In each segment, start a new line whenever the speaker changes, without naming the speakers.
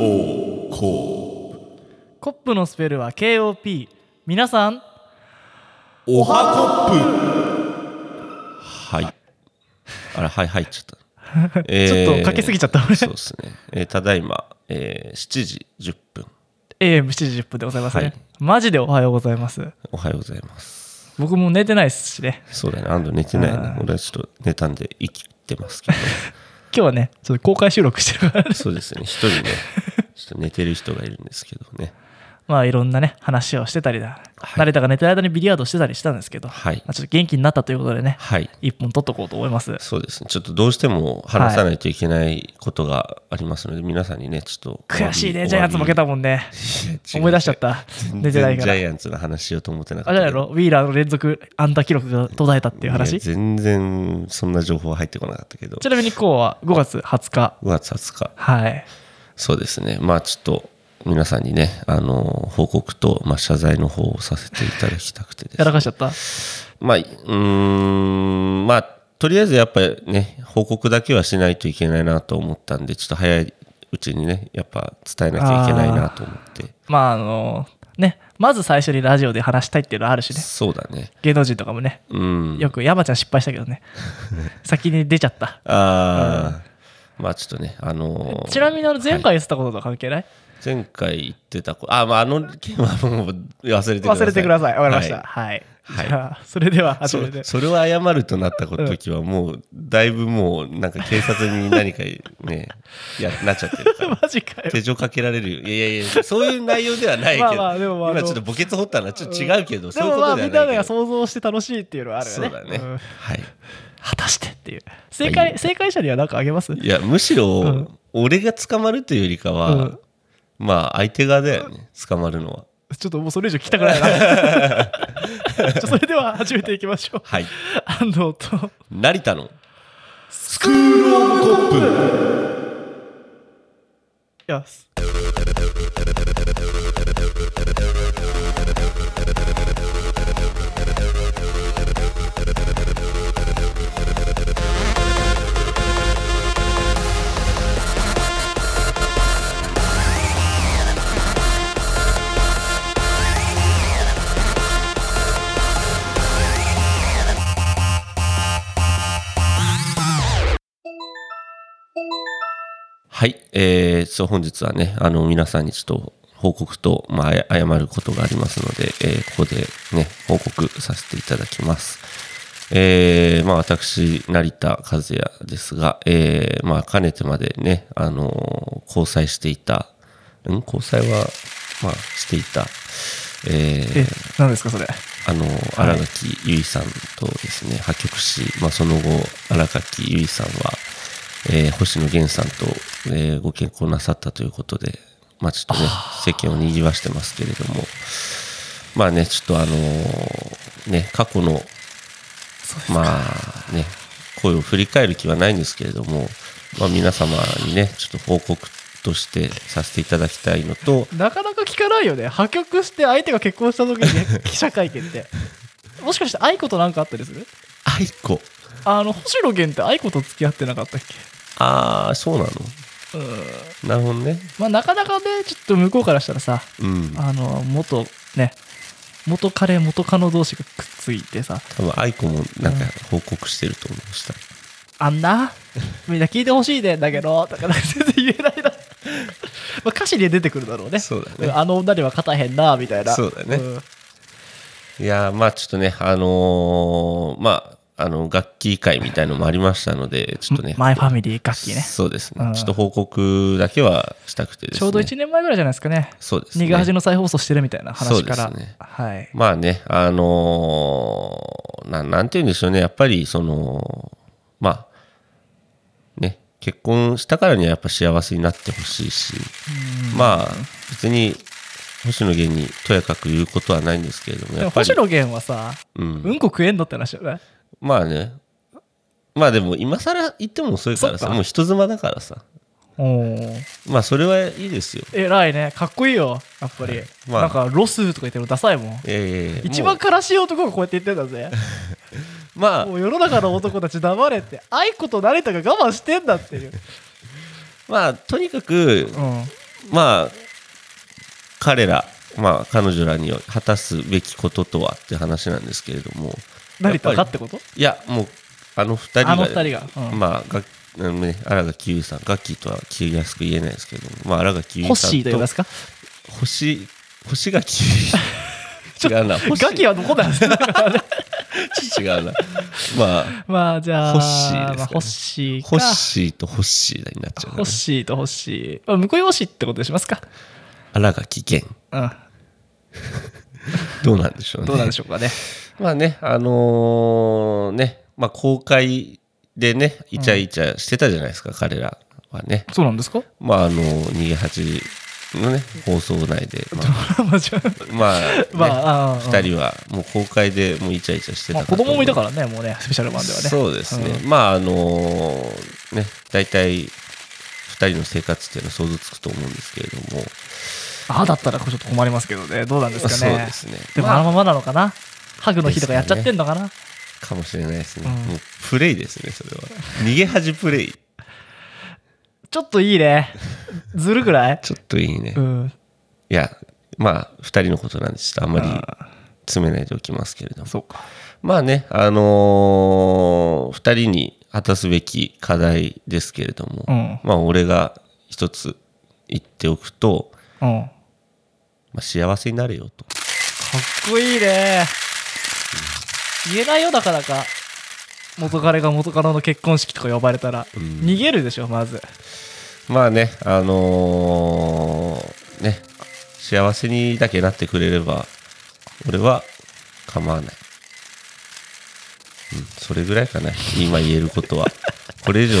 おこ
コップのスペルは KOP 皆さん
うおはコップはいあれはい入っちゃった、え
ちょっとかけすぎちゃった俺
そうですね、えーただいま、えー7時10分
AM7 時10分でございますね、
はい
マジでおはようございます
おはようございます
僕も寝てないっすしね
そうだねあんド寝てないね
あー
俺はちょっと寝たんで生きてます けど、
今日はねちょっと公開収録して るからね
そうですね一人ねちょっと寝てる人がいるんですけどね
まあいろんなね話をしてたりだ、
はい
誰だか寝てる間にビリヤードしてたりしたんですけど、
はい
まあ、ちょっと元気になったということでね
はい
一本取っとこうと思います
そうですねちょっとどうしても話さないといけないことがありますので、皆さんにねちょっとお詫び
悔しいねジャイアンツ負けたもんね
違う
思い出しちゃった
全然
寝てないから
ジャイアンツの話しようと思ってなか
あ
っ
れ
た
だろウィーラーの連続安打記録が途絶えたってい
い
う話
や
ち
全然そんな情報は入ってこなかったけど
なみに今日は5月20日
5月20日
はい
そうですねまあちょっと皆さんにねあの報告と、まあ、謝罪の方をさせていただきたくてですね
やらかしちゃった
まあ、うーん、まあ、とりあえずやっぱりね、報告だけはしないといけないなと思ったんで、ちょっと早いうちにね、やっぱ伝えなきゃいけないなと思って。
まああのねまず最初にラジオで話したいっていうのはあるしね
そうだね。
芸能人とかもね
うん。
よく山ちゃん失敗したけど ね先に出ちゃった
ああ、まあちょっとね、あのー
ちなみにあの前
はい
回言ってたこととは関係ない、
前回言ってた子、あ、まああの件はもう忘れてください。
忘れてくださいわかりました
は
はい、
はい
じゃあそれではい後
そ
でね
それは謝るとなった時はもうだいぶもうなんか警察に何かねやなっちゃってるから
マジかよ
手錠かけられるよ。いやいやいや、そういう内容ではないけど、
まあまあでもまあ
今ちょっと墓穴掘ったのはちょっと違うけど、
で
そういう
も
こ
ま
と
あ
では
みんな
ないけ
が
ど。
想像して楽しいっていうのはあるよ
そう
ね
だね。
うん
はい。
果たしてっていう正解、正解者には何かあげます
いや、むしろ、
うん
俺が捕まるというよりかは、
うん
まあ相手側だよね、捕まるのは。
ちょっともうそれ以上聞きたくな いなじゃあそれでは始めていきましょう
はい。
安藤と
成田の。
スクールオブコップよし
はい。えー、そう、本日はね、あの、皆さんにちょっと報告と、まあ、あや謝ることがありますので、えーここでね、報告させていただきます。えーまあ、私、成田和也ですが、えーまあ、かねてまでね、あのー交際していた、ん交際は、まあ、していた、えー
え何ですかそれ
あの、荒垣結衣さんとですね、破局し、まあ、その後、荒垣結衣さんは、えー星野源さんと、えーご結婚なさったということで、まあ、ちょっとね、世間を賑わしてますけれども、まあね、ちょっとあのーね、過去の、まあね、声を振り返る気はないんですけれども、まあ、皆様にね、ちょっと報告としてさせていただきたいのと、
なかなか聞かないよね破局して相手が結婚した時 にね記者会見ってもしかして愛子となんかあったりする
愛子。
あの星野源って愛子と付き合ってなかったっ
ああ、そうなの
けうん
なるほどね。
まあなかなかねちょっと向こうからしたらさ
うん。
あの元ね元彼元カノ同士がくっついてさ
多分アイコもなんか報告してると思うした
あ んなみんな聞いてほしいねだけどとかなんか全然言え ないなまあ歌詞で出てくるだろうね
そうだね
あの女には勝たへんなみたいな
そうだね
ん
いやーまあちょっとねあのーまああの楽器会みたいのもありましたのでちょっとね
マイファミリー楽器ね
そうですね、
うん
ちょっと報告だけはしたくてですね
ちょうど1年前ぐらいじゃないですかね
そうですね
逃げ恥の再放送してるみたいな話から、
そうですね
はい
まあねあのーななんて言うんでしょうねやっぱりそのまあね結婚したからにはやっぱ幸せになってほしいしまあ別に星野源にとやかく言うことはないんですけれども
で
や
も
っぱり
星野源はさ
うん
うんこ食えんのって話じゃない
まあね。まあでも今更言っても遅いから
そっ
さ、
か
もう人妻だからさ。
おー
まあそれはいいですよ。
偉いねかっこいいよやっぱり、
まあ
なんかロスとか言ってるのダサいもん
ええ
一番
も
悲しい男がこうやって言ってんだぜ
う まあ
もう世の中の男たち黙れって愛子と成田が我慢してんだっていう
まあ、とにかく、
うん
まあ、彼ら、まあ、彼女らに果たすべきこととはって話なんですけれども、
成田
や
が
っぱ
ってこと
りいや、もう、あの二人が、
あの二人がうん
まあ、があのね、新垣結衣さん、ガッキーとは聞きやすく言えないですけども、まあ、新垣結
ホッ
衣さん
シーと呼びますか
星、星垣結衣 違うな、星
ガキはどこなんですか
違うな。まあ、
まあじゃあ
ホッシーですかね
まあホッシーか
ホッシーとホッシーになっちゃう
ホ
な
ッ。シーとホッシー、まあ、向こうよしってことにしますか
新垣源。
うん
どうなんでしょうね。
どうなんでしょうかね
まあね、あのーね、まあ公開でね、イチャイチャしてたじゃないですか、彼らはね。
そうなん ですか
まああの、逃げ恥のね、放送内で、まあ、
まあじゃあ
まあね、
まあああ
2人はもう公開でもうイチャイチャして
まあ
た
子供もいたかららねもうねスペシャル版ではね
そうですね。まああのーね、大体2人の生活っていうのは想像つくと思うんですけれども、
ああだったらちょっと困りますけどねどうなんですかね
そうですね
でも
まあ
あのままなのかなハグの日とかやっちゃってんのかな
かもしれないですね。
うん
もうプレイですね、それは。逃げ恥プレイ。
ちょっといいねずるぐらい
ちょっといいね。
うん
いや、まあ、二人のことなんで、ちょっとあんまり
あ
詰めないでおきますけれども。
そうか
まあね、あのー二人に果たすべき課題ですけれども、
うん
まあ、俺が一つ言っておくと、
うんか
まあ、幸せになれよと。
っこいいね言えないよなかなか元彼が元カノの結婚式とか呼ばれたら、逃げるでしょまず
まあね、あのーね、幸せにだけなってくれれば、俺は構わない。うん、それぐらいかな、今言える ことは。これ以上、ちょ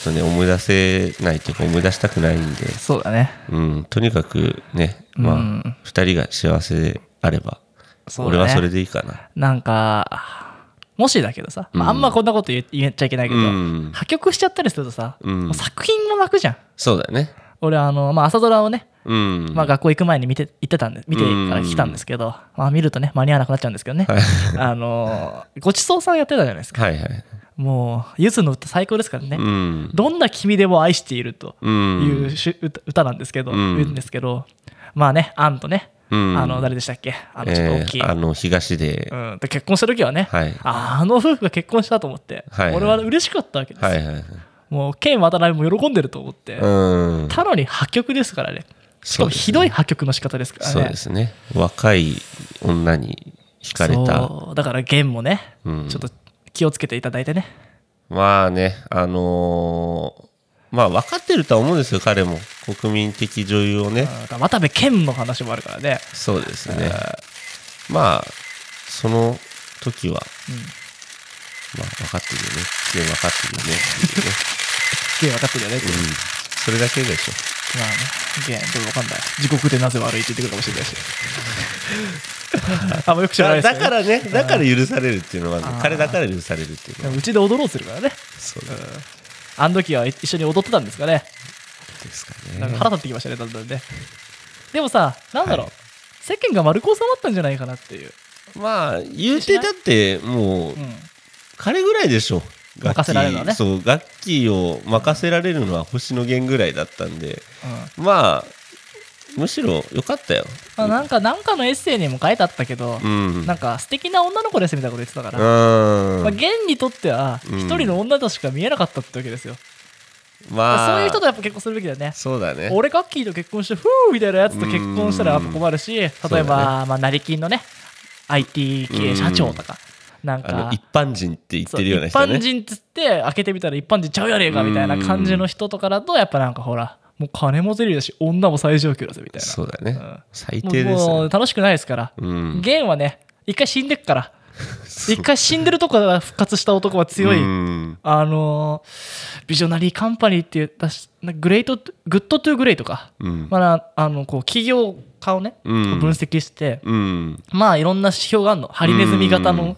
っとね、思い出せないというか、思い出したくないんで、
そうだね
うん、とにかくね、まあ、
う
二、
ん
人が幸せであれば、
そうだね
俺はそれでいいかな。
なんかもしだけどさ、まあ、あんまこんなこと言え言っちゃいけないけど、
うん
破局しちゃったりするとさ、
うん
もう作品も泣くじゃん
そうだよね。
俺あの、まあ、朝ドラをね、
うん。
まあ、学校行く前に見て行ってたんで見てから来たんですけど、まあ、見るとね間に合わなくなっちゃうんですけどね、
はい
あのごちそうさんやってたじゃないですか
はいはい。
もうゆずの歌最高ですからね、
うん。
どんな君でも愛していると
う
い
ん
う。し歌歌なんですけど、
うん
言うんですけどまあねアンとね、
うん
あの誰でしたっけあのちょっと
え
大きい、
ーあの、東で、
うん、で結婚した時はね、
はい
ああの夫婦が結婚したと思って、
はい
俺は嬉しかったわけです、
はいはいはい。
もうケン渡辺も喜んでると思って、
うん。
たのに破局ですからねしかもひどい破局の仕方ですからね
そうですね。若い女に惹かれた。
そうだからゲンもね、
うん
ちょっと気をつけていただいてね
まあね、あのーまあ分かってるとは思うんですよ、彼も。国民的女優をね。
うん渡部健の話もあるからね
そうですね。まあ、その時は、まあ分かってるよね。で分かってるよねっていうね。
ゲン分かってるよねって、
うん。それだけでしょ。
まあねゲンでも分かんない地獄でなぜ悪いって言ってくるかもしれ ないしあんまよく知らない
だ
ですけどね、
からね、だから許されるっていうのは、ね
あー、
彼だから許されるっていうのは、
うちで踊ろうとするからね
そうなん
あの時は一緒に踊ってたんですかね
ですか
なん
ね
か。腹立ってきましたね、だんだんね。でもさ、なんだろう、
はい
世間が丸く収まったんじゃないかなっていう。
まあ、言うてだって、もう
う、ん。
彼ぐらいでしょ楽器
任せられるのはね
そう楽器を任せられるのは星野源ぐらいだったんでまあむしろ良かったよ
まあ、なんか、なんかのエッセイにも書いてあったけど、
うん
なんか素敵な女の子ですみたいなこと言ってたから、
うん
まあ、現にとっては、
うん
一人の女としか見えなかったってわけですよ。
まあ
そういう人とやっぱ結婚するべきだよね。
そうだね
俺、ガッキーと結婚して、ふーみたいなやつと結婚したらやっぱ困るし、例え
そ
ば、
うだね
まあ、成金のね、IT 系社長とか、なん
あの
か
一、般人って言っ
そう
てるような人ね
一般人っつって開けてみたら一般人ちゃうやねえかみたいな感じの人とかだとやっぱなんかほらもう金もゼリーだし女も最上級だぜみたいな
そうだね、
ん
最
も
低で
う
す
も
ね
う楽しくないですから、
うん
ゲンはね一回死んでっから一回死んでるとこから復活した男は強い、
うん
あのービジョナリーカンパニーっていうだしなグレートグッドトゥグレートか、
うん
まあ、あのこう企業家をね、
うん
分析して、
うん
まあいろんな指標があるのハリネズミ型の,、
うん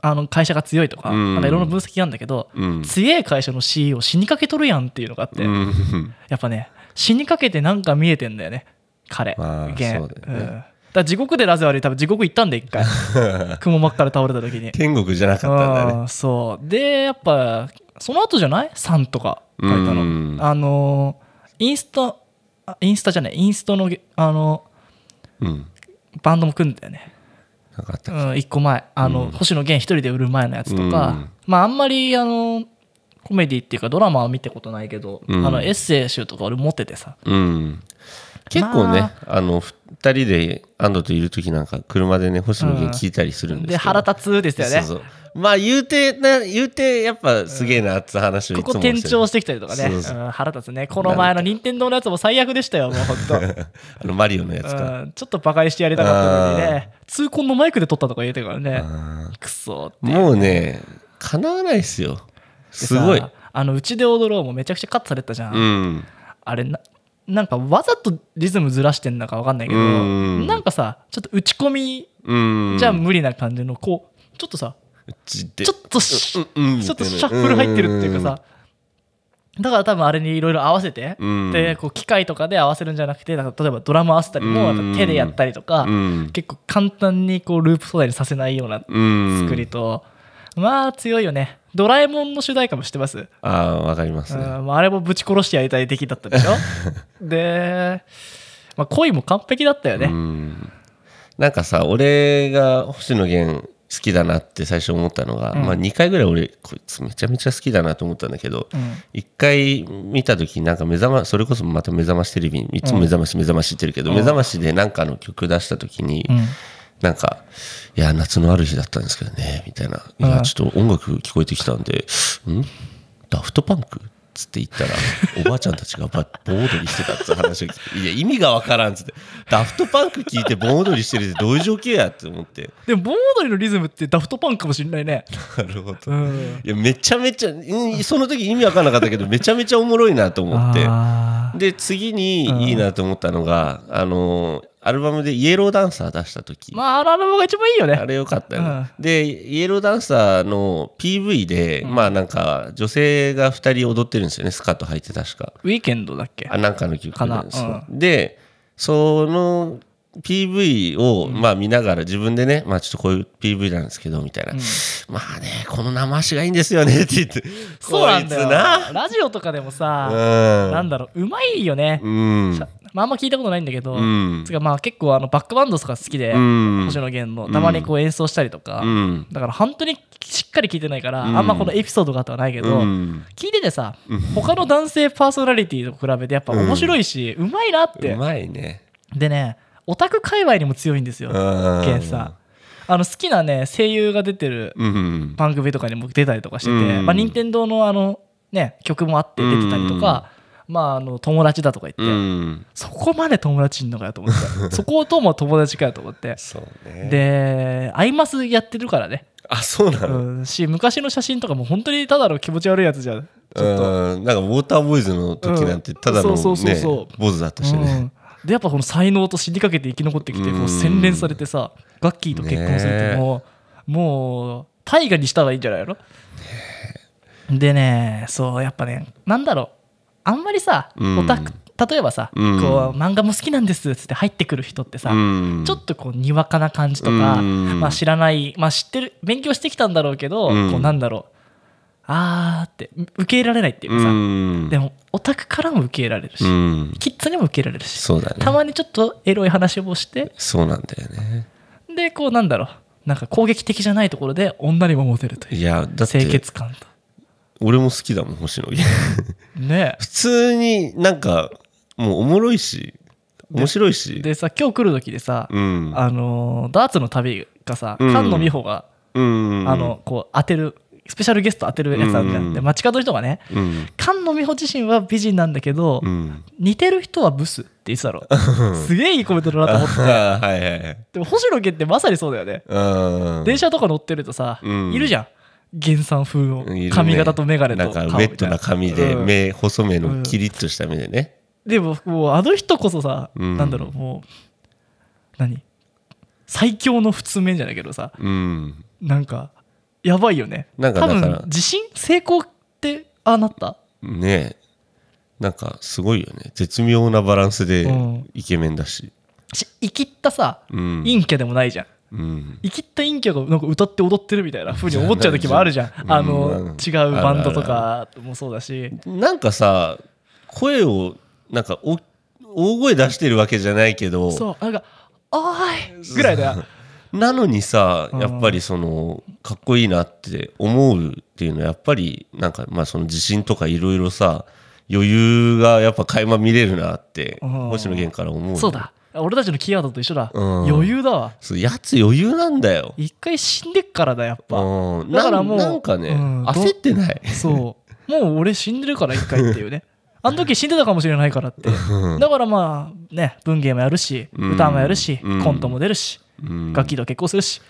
あの会社が強いとか,、
うん
なんかいろんな分析があるんだけど、
うん
強い会社の CEO 死にかけとるやんっていうのがあっ て、
うん
やっぱね死にかけてなんか見えてんだよね彼、
まあ
現
そうだよね
んだから地獄でラゼ悪い多分地獄行ったん で一回雲真っから倒れた時に
天国じゃなかったんだね
うんそうでやっぱその後じゃない ?3 とか書いた
う
の
ん
あのインスタあインスタじゃないインストのげあの
うん。
バンドも組んだよね
なんかあった
う
っけ
ん、1個前あの、
うん
星野源一人で売る前のやつとか、
うん
まああんまりあのコメディっていうかドラマは見たことないけど、
うん
あのエッセイ集とか俺持っててさ
うん。結構ね、
ま
あの、二人で安藤といる時なんか、車でね、星野源聞いたりするんですけど。
で腹立つですよ
そ
ね
うそうまあ言うてな言うてやっぱすげえなって話をいつ
こ
も
こ
してる
転調してきたりとかね
そうそう
うん腹立つねこの前の任天堂のやつも最悪でしたよもうほん と、
あのマリオのやつか、
うん、ちょっとバカにしてやりたかったのにね痛恨のマイクで撮ったとか言うてるからねくそって
もうね叶わないっすよすごい
でさあのうちで踊ろうもめちゃくちゃカットされてたじゃ
うん
あれななんかわざとリズムずらしてんのかわかんないけど
うん
なんかさちょっと打ち込み
うん
じゃ無理な感じのこうちょっとさ
ちょっ
ちょっとし
うんうんみたいな
ちょっとシャッフル入ってるっていうかさだから多分あれにいろいろ合わせて
うん
でこう機械とかで合わせるんじゃなくてだから例えばドラム合わせたりも
うん
やっぱ手でやったりとか
うん
結構簡単にこうループ素材にさせないような
うん
作りとまあ強いよね「ドラえもん」の主題歌も知ってます
ああーわかりますね
うんまああれもぶち殺してやりたい敵だった でしょで、まあ、恋も完璧だったよね、
うんなんかさ俺が星野源好きだなって最初思ったのが、
ん
まあ、2回ぐらい俺こいつめちゃめちゃ好きだなと思ったんだけど、
うん
一回見た時になんか目覚まそれこそまた目覚ましテレビいつも目覚まし目覚まし言ってるけど、目覚ましでなんかの曲出した時に、
うん
なんか「いや夏のある日だったんですけどね」みたいな「いや
うん
ちょっと音楽聞こえてきたんでんダフトパンク?」つって言ったらおばあちゃんたちがば盆踊りしてたって話を聞いて「いや意味がわからん」っつって「ダフトパンク聞いて盆踊りしてるってどういう状況や?」って思って
でも盆踊りのリズムってダフトパンクかもしれないね、
なるほど
うん、
いやめちゃめちゃうんその時意味わからなかったけどめちゃめちゃおもろいなと思って。
あー
で次にいいなと思ったのが、あのアルバムで「イエローダンサー」出した時、
まああのアルバムが一番いいよ
あ
ね
れよかったよね、
うん
でイエローダンサーの PV で、まあなんか女性が2人踊ってるんですよねスカート履いて確か
ウィーケンドだっけ
あなんかの曲なんです
かな
よ、でその PV をまあ見ながら自分でね、まあ、ちょっとこういう PV なんですけどみたいな、まあねこの生足がいいんですよねって言って
そうなんだ
こい
よ
つな
ラジオとかでもさ、な
うんん
だろううまいよね、
うん
まあ、あんま聞いたことないんだけど、
うん
つうかまあ結構あのバックバンドとか好きで、
うん
星野源のたまにこう演奏したりとか、
うん
だから本当にしっかり聞いてないから、
うん
あんまこのエピソードがあとはないけど、
うん
聞いててさ、他の男性パーソナリティと比べてやっぱ面白いし、うまいなって
うまいね
でねオタク界隈にも強いんですよ、
うん
ケンさんあの好きなね声優が出てる
うん
番組とかにも出たりとかしてて、
うん
まあ任天堂のあのね曲もあって出てたりとか、まああの友達だとか言って、
うん
そこまで友達いんのかよと 思ってそことも友達かよと思って
そうね
でアイマスやってるからね
あそうなの
うん、し昔の写真とかも本当にただの気持ち悪いやつじゃん、
うんなんかウォーターボーイズの時なんてただの
うんそうそうそうそ
ね
う
坊主だったしね
うんでやっぱこの才能と死にかけて生き残ってきてこ
う
うん洗練されてさガッキーと結婚するってもう,、もう大河にした方がいいんじゃないのでねそうやっぱねなんだろうあんまりさ
うん
オタク例えばさ、
うん
こう漫画も好きなんですっつって入ってくる人ってさ、
うん
ちょっとこうにわかな感じとか、
うん
まあ、知らない、まあ、知ってる勉強してきたんだろうけど、
うん
こうなんだろうあーって受け入れられないっていうかさ、
うん
でもオタクからも受け入れられるし、
うん
キッズにも受け入れられるし、
そうだ
た
ね
まにちょっとエロい話もして
そうなんだよね
でこうなんだろうなんか攻撃的じゃないところで女にもモテるという
いやだっ
清
て
潔感と
俺も好きだもん星野源
ね
普通になんかもうおもろいし面白いし
でさ今日来る時でさ、
うん
あのーダーツの旅がさ
うん
菅野美穂が、
うん
あのこう当てるスペシャルゲスト当てるやつあるじゃん、
うん
で街角の人がね
うん
菅野美穂自身は美人なんだけど、
うん
似てる人はブスって言ってたろすげえいいコメントだなと思って
あーはいはいはい
でも星野源ってまさにそうだよね
うん
電車とか乗ってるとさ、
うん
いるじゃん原産風の
いるね
髪型と眼鏡と
な
顔
ん
み
かウ
たい
ェットな髪で
うん
目細めのキリッとした目でね
でももうあの人こそさ、
うん
なんだろうもう何最強の普通面じゃないけどさ
うん
なんかやばいよね
なんかだから
多分自信成功ってああなった
ねえなんかすごいよね絶妙なバランスで
うん
イケメンだし
し生きったさ、
うん
陰キャでもないじゃん
うん。
生きった陰キャがなんか歌って踊ってるみたいな風に思っちゃう時もあるじゃん
うん
あの違うバンドと
あ
かもそうだし
なんかさ、声を、なんかお、大声出してるわけじゃないけど、
そうなんか「おーい!」ぐらいだよ
なのにさ、
うん
やっぱりその、かっこいいなって思うっていうのは、やっぱり、なんか、まあその自信とかいろいろさ、余裕がやっぱ垣間見れるなって、
うん
星野源から思うよ。
そうだ俺たちのキーワードと一緒だ
うん
余裕だわ
そう。やつ余裕なんだよ。
一回死んでっからだやっぱ
うん。
だからもう
なんなんかね、
うんど
焦ってない。
そうもう俺死んでるから一回っていう ねあの時死んでたかもしれないからって
うん
だからまあね文芸もやるし
うん
歌もやるし
うん
コントも出るし
うん
楽器と結婚するし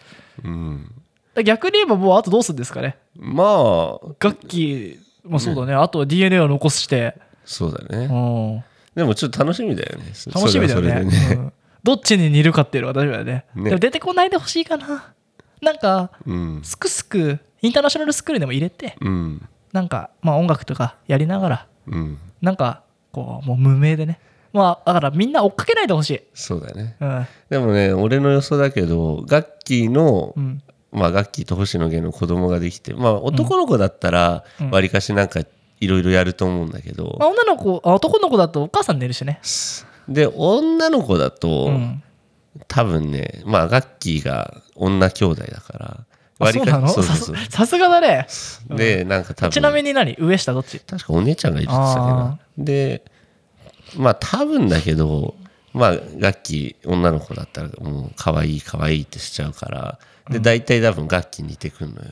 うん。
だから逆に言えばもうあとどうするんですかね
まあ、
楽器もそうだねあとは DNA を残して
そうだ
う
ね。
ん
でもちょっと楽しみだよね。そ
楽しみだよ
それは
ね
それで
う
ね
んどっちに似るかっていうのが大事だよね
ね
でも出てこないでほしいかななんか
うん。
すくすくインターナショナルスクールでも入れて
うん。
なんかまあ音楽とかやりながら
うん。
なんかこうもう無名でねまあだからみんな追っかけないでほしい、
そうだね。
うん
でもね、俺の予想だけど、ガッキーの
う、ん、
まあ、ガッキーと星野源の子供ができて、まあ、男の子だったら
うん、
わりかしなんか、いろいろやると思うんだけど
ま、あ、女の子あ男の子だとお母さん寝るしね
で、女の子だと、
うん
多分ね、まあ、ガッキーが女兄弟だから、
あそうなの
そうそう
さすさすがだね
そう。で、なんか多分、
ちなみに何上下どっち
確かお姉ちゃんがいるって言ってたけどなでまあ多分だけどまあガッキー女の子だったらもう可愛い可愛いってしちゃうからで大体多分ガッキー似てくんのよ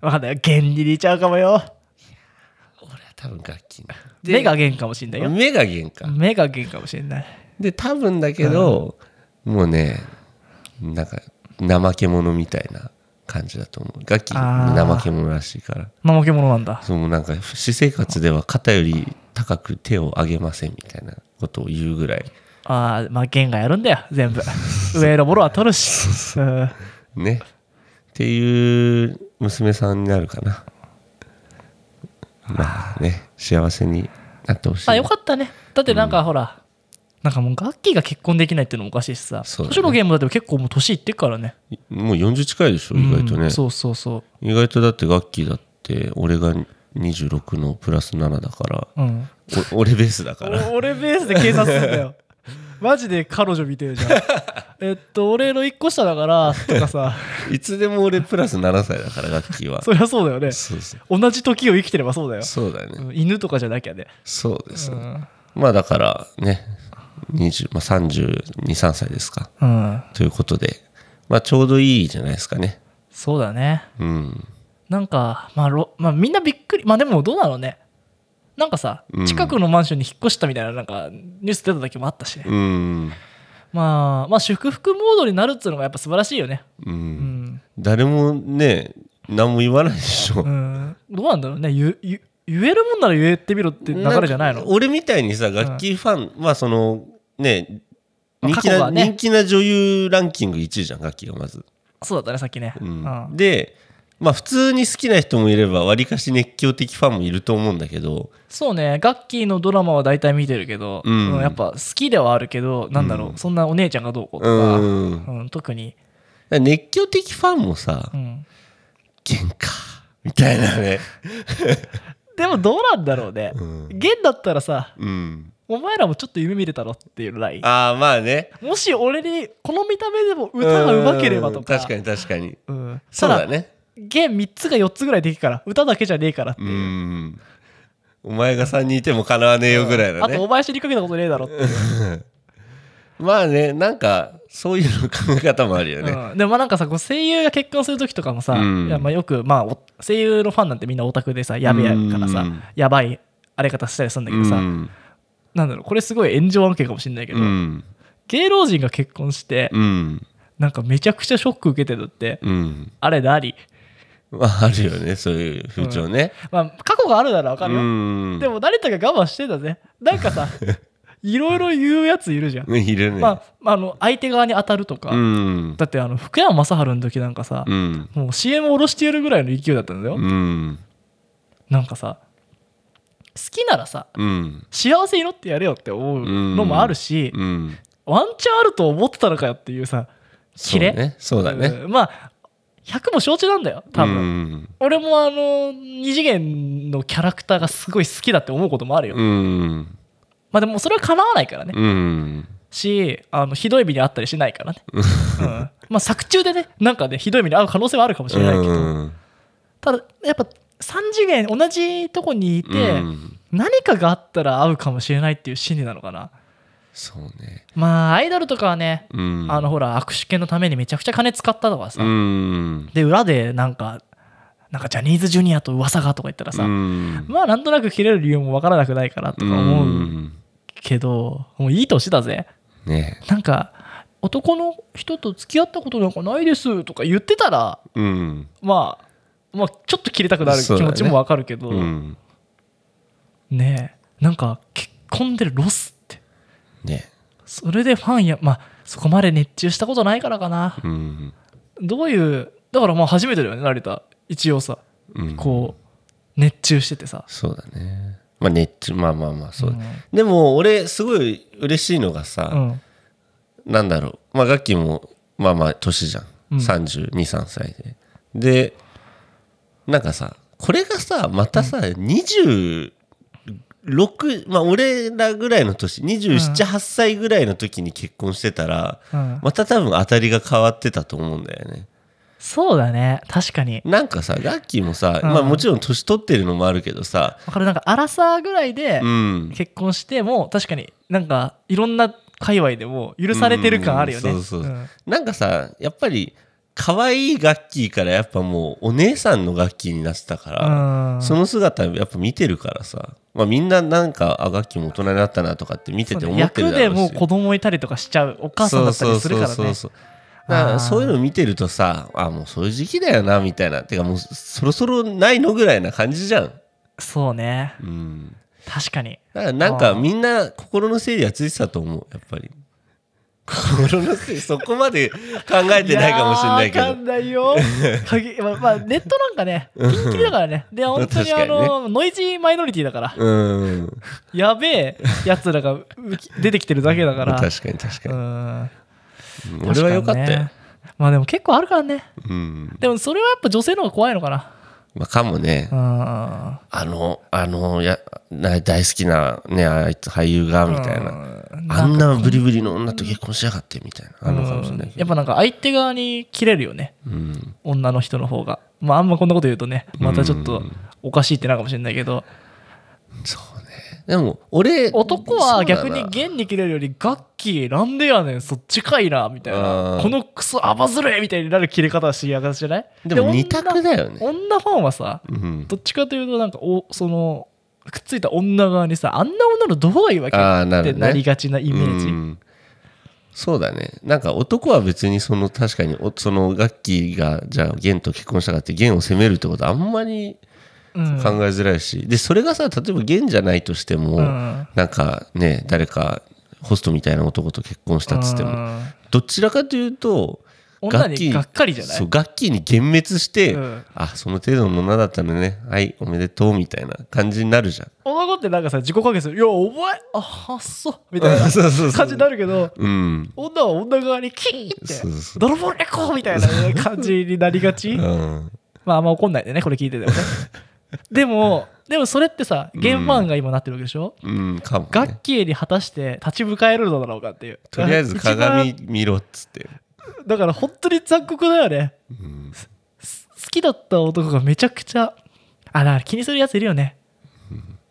わかんない弦に似ちゃうかもよ
俺は多分ガッキーな
目が弦かもしんないよ
目が限か
目が弦かもしんない
で多分だけどもうねなんか怠け者みたいな感じだと思うガッキー
あー
怠け者らしいから
怠け者なんだ
そのなんか私生活では肩より高く手を上げませんみたいなことを言うぐらい
ああまあ弦がやるんだよ 全部上のボロは取るしうん
ね。っていう娘さんになるかな。まあね、幸せになってほしい。
あよかったねだってなんかほら、なんかもうガッキーが結婚できないっていうのもおかしいしさ
そうだね
星野源もだって結構もう年いってっからね
もう40近いでしょ、意外とね。
うんそうそうそ
意外とだって楽器だって、俺が26のプラス7だから、
う、うん、
お俺ベースだから。
お俺ベースで計算するんだ よマジで彼女みてえじゃんえっと俺の一個下だからと かさ
いつでも俺プラス7歳だから、楽器は。
そりゃそうだよね
そうそう。
同じ時を生きてればそうだよ、
そうだね。
うん犬とかじゃなきゃね、
そうです
う
ね。
ん
まあだからね、20まあ、32、3歳ですか。
うん、
ということで、まあちょうどいいじゃないですかね。
そうだね
うん。
なんか、まあろまあ、みんなびっくりまあでもどうだろうねなんかさ
うん
近くのマンションに引っ越したみたいななんかニュース出た時もあったしね、
うん、
まあまあ祝福モードになるっつうのがやっぱ素晴らしいよね
う、
うんん、
誰もね何も言わないでしょ、
うん、どうなんだろうねゆゆ言えるもんなら言えてみろ って流れじゃないの
んか俺みたいにさ楽器ファン、まあそのね人気
過去
な
がね
人気な女優ランキング1位じゃん楽器がまず、
そうだったねさっきね、
う
うんん
でまあ普通に好きな人もいればわりかし熱狂的ファンもいると思うんだけど
そうねガッキーのドラマは大体見てるけど、
うん
やっぱ好きではあるけどなんだろう、
うん
そんなお姉ちゃんがどうこうと
う
か、
んだか
うん特に、
ら熱狂的ファンもさ
うん、
喧嘩みたいなね
でもどうなんだろうね、
うん、
現だったらさ
うん、
お前らもちょっと夢見れたろっていうライン
ああまあね
もし俺にこの見た目でも歌がうまければとか
うん確かに確かに
うん、
そ
そうう
だ
だ
ね
弦3つか4つぐらいできるから歌だけじゃねえからって
う
いう、
ん。お前が3人いてもかなわねえよぐらいだ
あとお
ね。
前死にかけたことねえだろっていう、
まあね、なんか、そういうの考え方もあるよね。
うんでもまあなんかさこう声優が結婚する時とかもさ、
うん
いやまあよく、まあ、お声優のファンなんてみんなオタクでさやべえからさ、
うん
やばいあれ方したりするんだけどさ、
うん。
なんだろうこれすごい炎上案件かもしれないけど、
うん。
芸能人が結婚して、
うん。
なんかめちゃくちゃショック受けてるって、
うん。
あれ何、
まあ、あるよね、そういう風潮ね。
まあ、過去があるならわ
う
かるよ、
ん。
でも誰かが我慢してたぜなんかさ いろいろ言うやついるじゃん、
ね、いるね。
まあまあ、あの相手側に当たるとか、
うん。
だってあの福山雅治の時なんかさ、
うん。
もう CM 下ろしてやるぐらいの勢いだったんだよ、
うん。
なんかさ好きならさ
うん。
幸せ祈ってやれよって思うのもあるし、
うん。
ワンチャンあると思ってたのかよっていうさ
そう
キレ、
ね。そうだね。
うんまあ100も承知なんだよ多分、
分。
俺もあの二次元のキャラクターがすごい好きだって思うこともあるよ、
うん。
まあでもそれは叶わないからね、
うん。
しあのひどい目にあったりしないからね、うんまあ作中でねなんかねひどい目に遭う可能性はあるかもしれないけど、
うん
ただやっぱ3次元同じとこにいて、
うん
何かがあったら会うかもしれないっていう心理なのかな
そうね。
まあアイドルとかはね、
うん。
あのほら握手券のためにめちゃくちゃ金使ったとかさ、
うん。
で裏でなんかなんかジャニーズジュニアと噂がとか言ったらさ、
うん
まあなんとなく切れる理由もわからなくないかなとか
う
思うんけど、もういい年だぜ
ね
なんか男の人と付き合ったことなんかないですとか言ってたら
うん。
まあまあちょっと切れたくなる気持ちもわかるけど、
うん。
ねえなんか結婚でロスって
ね
それでファンやまあそこまで熱中したことないからかな、
うん。
どういうだからまあ初めてだよね成田一応さ
うん
こう熱中しててさ、
そうだね。まあ、熱中、まあまあまあ、そうだ、
うん
でも、俺、すごい嬉しいのが
う
さ、
ん、
なんだろう。まあ、楽器も、まあまあ、年じゃん。
うん
32、3歳で。で、なんかさ、これがさ、またさ、26、まあ、俺らぐらいの年、27、8歳ぐらいの時に結婚してたら、
うん
また多分当たりが変わってたと思うんだよね。
そうだね確かに
なんかさ、ガッキーもさ、
うん
まあもちろん年取ってるのもあるけどさ、
だからなんかアラサーぐらいで
うん。
結婚しても確かになんかいろんな界隈でも許されてる感あるよね、
うんそうそうそうんなんかさ、やっぱり、可愛いガッキーからやっぱもうお姉さんのガッキーになってたから、
うん
その姿やっぱ見てるからさ、まあみんななんか、あ、ガッキーも大人になったなとかって見てて
そう
思
ね
ってる
役
だろ
で
うし。
もう子供いたりとかしちゃうお母さんだったりするからね
そうそうそうそうだから
あー
そういうの見てるとさ、あ、もうそういう時期だよな、みたいな。てかもうそろそろないのぐらいな感じじゃん。
そうね
うん。
確かに
だからなんか
あー
みんな心の整理はついてたと思うやっぱり心の整理そこまで考えてないかもしれないけ
やー
ど
わかんないよ 鍵まあまあネットなんかねピンキリだからねで本当にあ
確
のノイジーマイノリティだから
うん
やべえやつらがう き出てきてるだけだから
確かに確かに、
うん
うん俺は良かったよ、
確にねまあでも結構あるからね
うん
でもそれはやっぱ女性の方が怖いのかな
まあかもね、
うん
あのあのやな大好きなねあいつ俳優がみたいな、
な
あんなブリブリの女と結婚しやがってみたいなあんのかもしれないけ
や
ど
っぱなんか相手側に切れるよね
うん
女の人の方がまああんまこんなこと言うとねまたちょっとおかしいってなるかもしれないけど
そうねでも俺
男は逆
そう
に
だな
弦に切れるより楽器なんでやねんそっちかいなみたい
あ
な
ー
このクソアバズレみたいになる切れ方しやがちじゃない
でも
女
二択だよね
女ファンはさ
うん
どっちかというとなんかおそのくっついた女側にさあんな女のどうがいいわけ
あーな
っ
る
て
ほどね
なりがちなイメー
う
ジ
んそうだねなんか男は別にその確かにおそのガッキーがじゃあゲンと結婚したかってゲンを責めるってことあんまり
うん
考えづらいし、でそれがさ例えばゲンじゃないとしても、
うん
なんかね誰かホストみたいな男と結婚したっつっても、
うん
どちらかというと
女にがっかりじゃない
そうガッキーに幻滅して、
うん
あその程度の女だったのねはいおめでとうみたいな感じになるじゃん。
男ってなんかさ自己完結する「いやお前あっそう」みたいな
そうそうそう
感じになるけど
うん
女は女側にキーって
そうそうそ
「泥棒猫!」みたいな感じになりがち
うん
まああんま怒んないでねこれ聞いててもねでもでもそれってさゲンファンが今なってるわけでしょ
うん、かも、ね、
ガッキーに果たして立ち向かえるのだろうかっていう
とりあえず
一番
鏡見ろっつって。
だから本当に残酷だよね
うん、
好きだった男がめちゃくちゃあら気にするやついるよね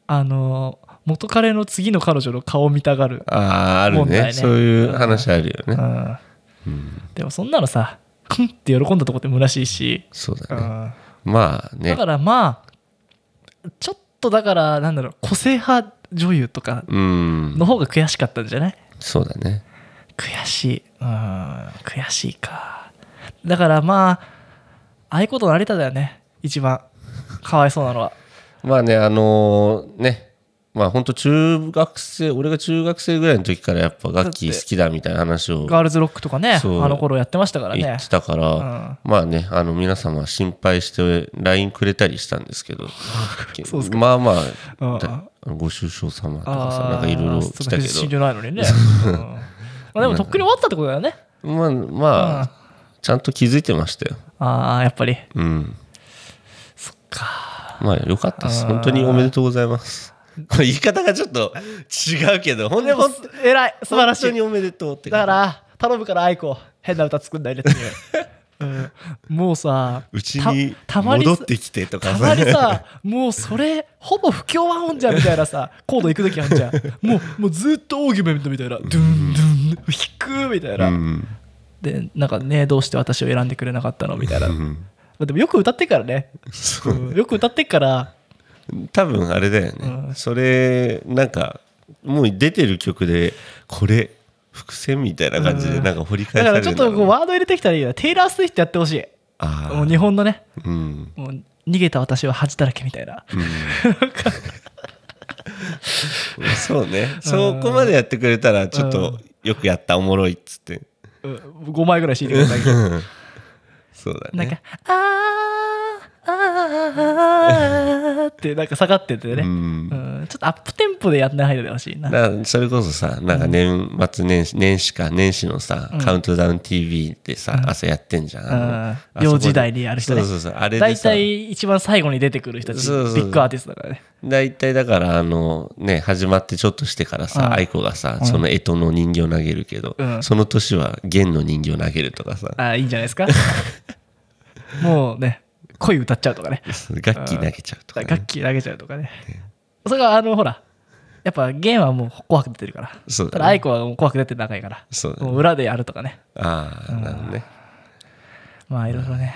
あの元彼の次の彼女の顔見たがる
ああー、ある
問
ね
題ね
そういう話あるよね。
うんでもそんなのさクンって喜んだとこって虚しいし、
そうだ
う
ね。
ん
まあ
だ
ね
か。らまあちょっとだからなんだろう個性派女優とか
うん
の、方が悔しかったんじゃない
そうだね。
悔しいうん悔しいかだからまあああいうこと成田だよね一番かわいそうなのは
まあね、あのーね、まあ本当中学生、俺が中学生ぐらいの時からやっぱ楽器好きだみたいな話を
ガールズロックとかねあ
そう
の頃やってましたから
言
ね
ってたから、まあね、あの皆様心配して LINE くれたりしたんですけど、
そうっす
まあま
うん
あ、だご愁傷様とかさ、なんかいろいろ来たけ
死
ど、
ん じゃないのにね、うんまあでもとっくに終わったってことだよね
まあ、まあ、ちゃんと気づいてましたよ。
ああやっぱり
うん。
そっか
まあ、よかったです。
あー
本当におめでとうございます。 これ言い方がちょっと違うけど、ほん
で
で、
も
ほんと
偉い素晴らし
本当
い
におめでとうって
だか
感じ。
ら頼むから愛子変な歌作んないでって いう、うん、もうさ
うちに
たたまに
戻ってきてとか
たまにさもうそれほぼ不協和音じゃんみたいなさコード行く時あんじゃんもうもうずっとオーギュメントみたいなドゥンドゥン弾くみたいな、
うん。
でなんかねどうして私を選んでくれなかったのみたいな、
う
ま
ん
あでもよく歌ってっからね、
そう
うん、よく歌ってっから
多分あれだよね、それなんかもう出てる曲でこれ伏線みたいな感じでなんか掘り返
だ
され
から
る
ちょっとこう
う
ワード入れてきたらいいよテイラー・スウィフトやってほしい
あ
もう
ー
日本のね
うん
もう逃げた私は恥だらけみたいな、
そうねそこまでやってくれたらちょっとよくやったおもろいっつって
うん、5枚ぐらい弾いてください
そうだ
なんか
ね、
あー、あーって、なんか下がっててね、
う
うん
ん
ちょっとアップテンポでやんないでほしいな。
だからそれこそさなんか年末年始年始か年始のさ、カウントダウン TV でさ、朝やってんじゃんあの
うん、幼児代にある人ね。
そうそうそうあれで
大
さ
体一番最後に出てくる人たち、
そうそうそう
ビッグアーティストだからね。
大体だからあのね始まってちょっとしてから
うん
さ愛子がさその干支の人形投げるけど、
うん
その年は弦の人形投げるとかさ
あーいいんじゃないですか。もうね、恋歌っちゃうとかね。
楽器投げちゃうとか、ね、
楽器投げちゃうとかね。それがあの、ほら、やっぱ弦はもう怖く出てるから。
そうだね
ただ、愛子はもう怖く出てる仲いいから。
そうだね
もう裏でやるとかね。
ああなるほどね
まあいろいろね。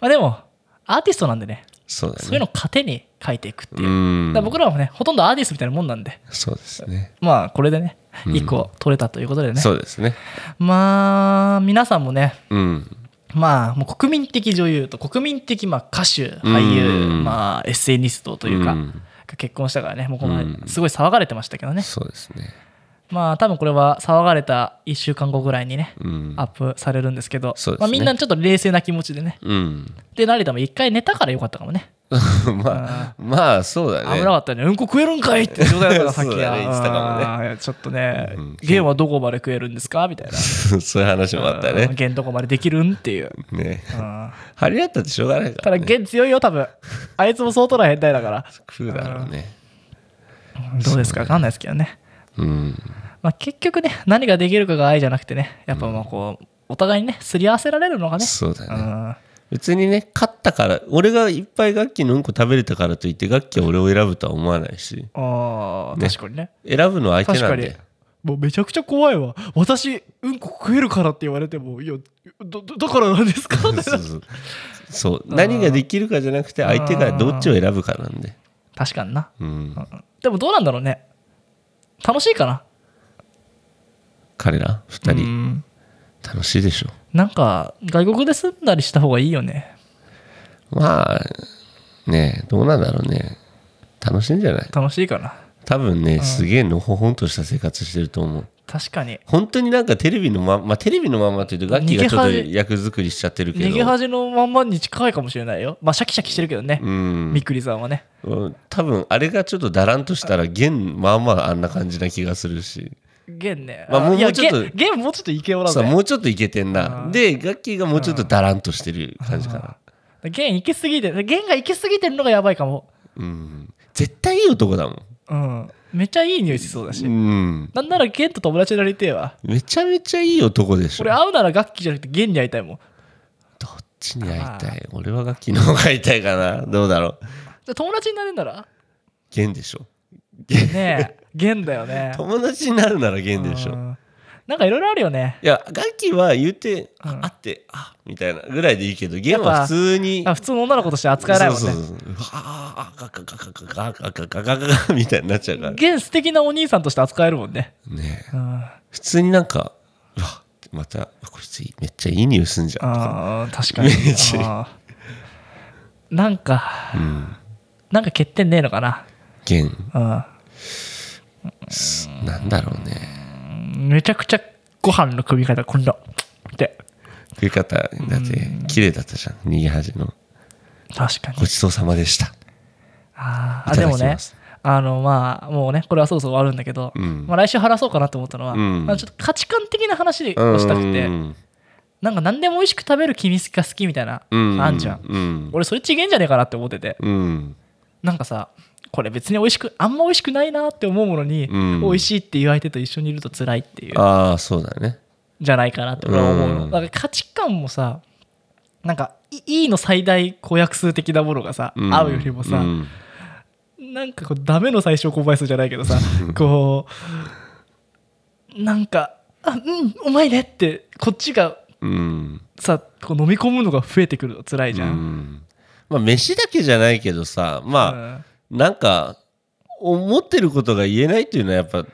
まあでも、アーティストなんでね、
そうだね
そういうのを糧に書いていくっていうう。だから
ん
僕らもね、ほとんどアーティストみたいなもんなんで、
そうですね
まあこれでね、
うん
一個取れたということでね。
そうですね
まあ、皆さんもね、
うん
まあ、もう国民的女優と国民的まあ歌手、俳優、
うん
まあ、エッセイニストというか、
うん
が結婚したからね、もうこの
うん
すごい騒がれてましたけどね、
そうですね
まあ、多分これは騒がれた1週間後ぐらいにね、
うん
アップされるんですけど、
そうですね
まあ、みんなちょっと冷静な気持ちでね、
うん
で、成田も一回寝たからよかったかもね。
まあまあそうだ
危
ね
なかったね。うんこ食えるんかいって状態だったから、さっき
そうだね言ってたかもね
あーちょっとね
ん、
弦はどこまで食えるんですかみたい な。
そういう話もあった
うん
ね
弦どこまでできるんっていう。
ね
うん
張り合ったってしょうがないか
た
ら、
だ
ね、
弦強いよ、多分。あいつも相当な変態だから。
食うだろうね
どうですかわかんないですけどね。
うん
まあ結局ね、何ができるかが愛じゃなくてね、やっぱもうこう、お互いにね、すり合わせられるのがね。
そうだね
ん
別にね勝ったから俺がいっぱい楽器のうんこ食べれたからといって楽器は俺を選ぶとは思わないし
あー
ね
確かにね。
選ぶのは相手
確
な
か
ん
に
で。
もうめちゃくちゃ怖いわ。私、うんこ食えるからって言われても、いや、ど、どだからなんですかってなっちゃ
そううそうそう何ができるかじゃなくて相手がどっちを選ぶかなんで
確かにな。
うん
でもどうなんだろうね。楽しいかな。
彼ら2
う
人
ん
楽しいでしょ
なんか、外国で住んだりした方がいいよね。
まあねえどうなんだろうね楽しいんじゃない
楽しいかな。多
多分ねすげえのほほんとした生活してると思う
確かに。
本当になんかテレビのままあテレビのままっていうと楽器がちょっと
逃げ恥
役作りしちゃってるけど
逃げ恥のまんまに近いかもしれないよ。まあ、シャキシャキしてるけどね
う。ん
みくりさんはね。
うん多分あれがちょっとだらんとしたら弦まあまああんな感じな気がするし
ゲンね。
まあもう
いや
もうちょっと
ゲンゲンもうちょっとイケオラ
さ
だ
あ
よ。
もうちょっといけてんなで楽器がもうちょっとだらんとしてる感じかな
ゲン行きすぎて、ゲンが行きすぎてるのがやばいかも。
うん絶対いい男だもん
うん。めっちゃいい匂いしそうだし。
うん
なんならゲンと友達になりてえわ。
めちゃめちゃいい男でしょ
俺
どっ
会うなら楽器じゃなくてゲンに会いたいもん。
ちに会いたい俺は楽器の方が会いたいかなどうだろう
じゃあ友達になれんなら
弦でしょ
ねえ、ゲンだ よね。
友達になるなら弦でし
う
ょ
んなんかいろいろあるよね。
いや楽器は言うて
う
あ
ん
あってあみたいなぐらいでいいけど弦は普通に
あ普通の女の子として扱えないもん
そうそう
ね。
そうそううわあガガガガガガガガガガガみたいになっちゃうからね
現素敵なお兄さんとして扱えるもんね。
え
うん、
普通になんかうわまたこいつめっちゃいい匂いすんじゃん
あー確かに
イメージ。
あーなんか、
うん
なんか欠点ねえのかな。
弦
うん
なんだろうね
めちゃくちゃご飯の組み方こんなって
食い方だって綺麗だったじゃん逃げ恥の
確かに
ごちそうさまでした
あーあ
いた
で
だ
も
き
ね
ます
あのまあもうねこれはそろそろ終わるんだけど、
うん
まあ、来週話そうかなと思ったのは、
うん
まあちょっと価値観的な話をしたくて、
うん
なんか何でも美味しく食べる君が好きみたいな、
うん、
あんじゃん、
うん、
俺それちげえんじゃねえかなって思ってて
うん、
なんかさこれ別に美味しくあんま美味しくないなって思うものに、
うん
美味しいっていう相手と一緒にいると辛いっていう
ああそうだね
じゃないかなって俺は思うの、
うん
だから価値観もさなんかいいいの最大公約数的なものがさ、
うん
合うよりもさ、
うん
なんかこうダメの最小公倍数じゃないけどさこうなんか「あうんうまいね」ってこっちが
うん
さこう飲み込むのが増えてくるの辛いじゃ。
うんんまあ飯だけじゃないけどさ
う
まあ、
ん
なんか思ってることが言えないっていうのはやっぱ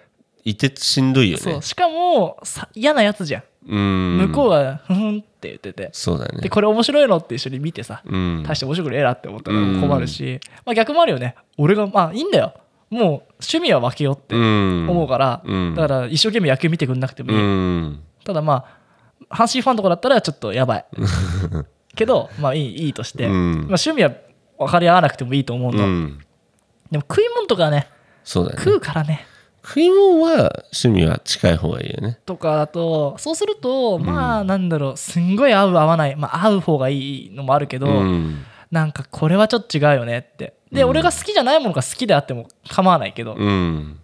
いてしんどいよ
そ
ね
うしかもさ嫌なやつじゃん、
うん
向こうは「ふふん」って言ってて、
そうだ
で
ね
これ面白いのって一緒に見てさ、
うん
大して面白くねえなって思ったら困るし、まあ、逆もあるよね俺がまあいいんだよもう趣味は分けようって思うから、
うん
だから一生懸命野球見てくんなくてもいい、
うん
ただまあ阪神ファンとかだったらちょっとや ばいけどまあいいいいとして、
うん
まあ、趣味は分かり合わなくてもいいと思う
う
の、
ん
でも食い物とかね
そうだ
食
ね
うからね
食い物は趣味は近い方がいいよね
とかだとそうするとまあなんだろうすんごい合う合わないまあ合う方がいいのもあるけど、
うん
なんかこれはちょっと違うよねってで、
うん
俺が好きじゃないものが好きであっても構わないけど、
うん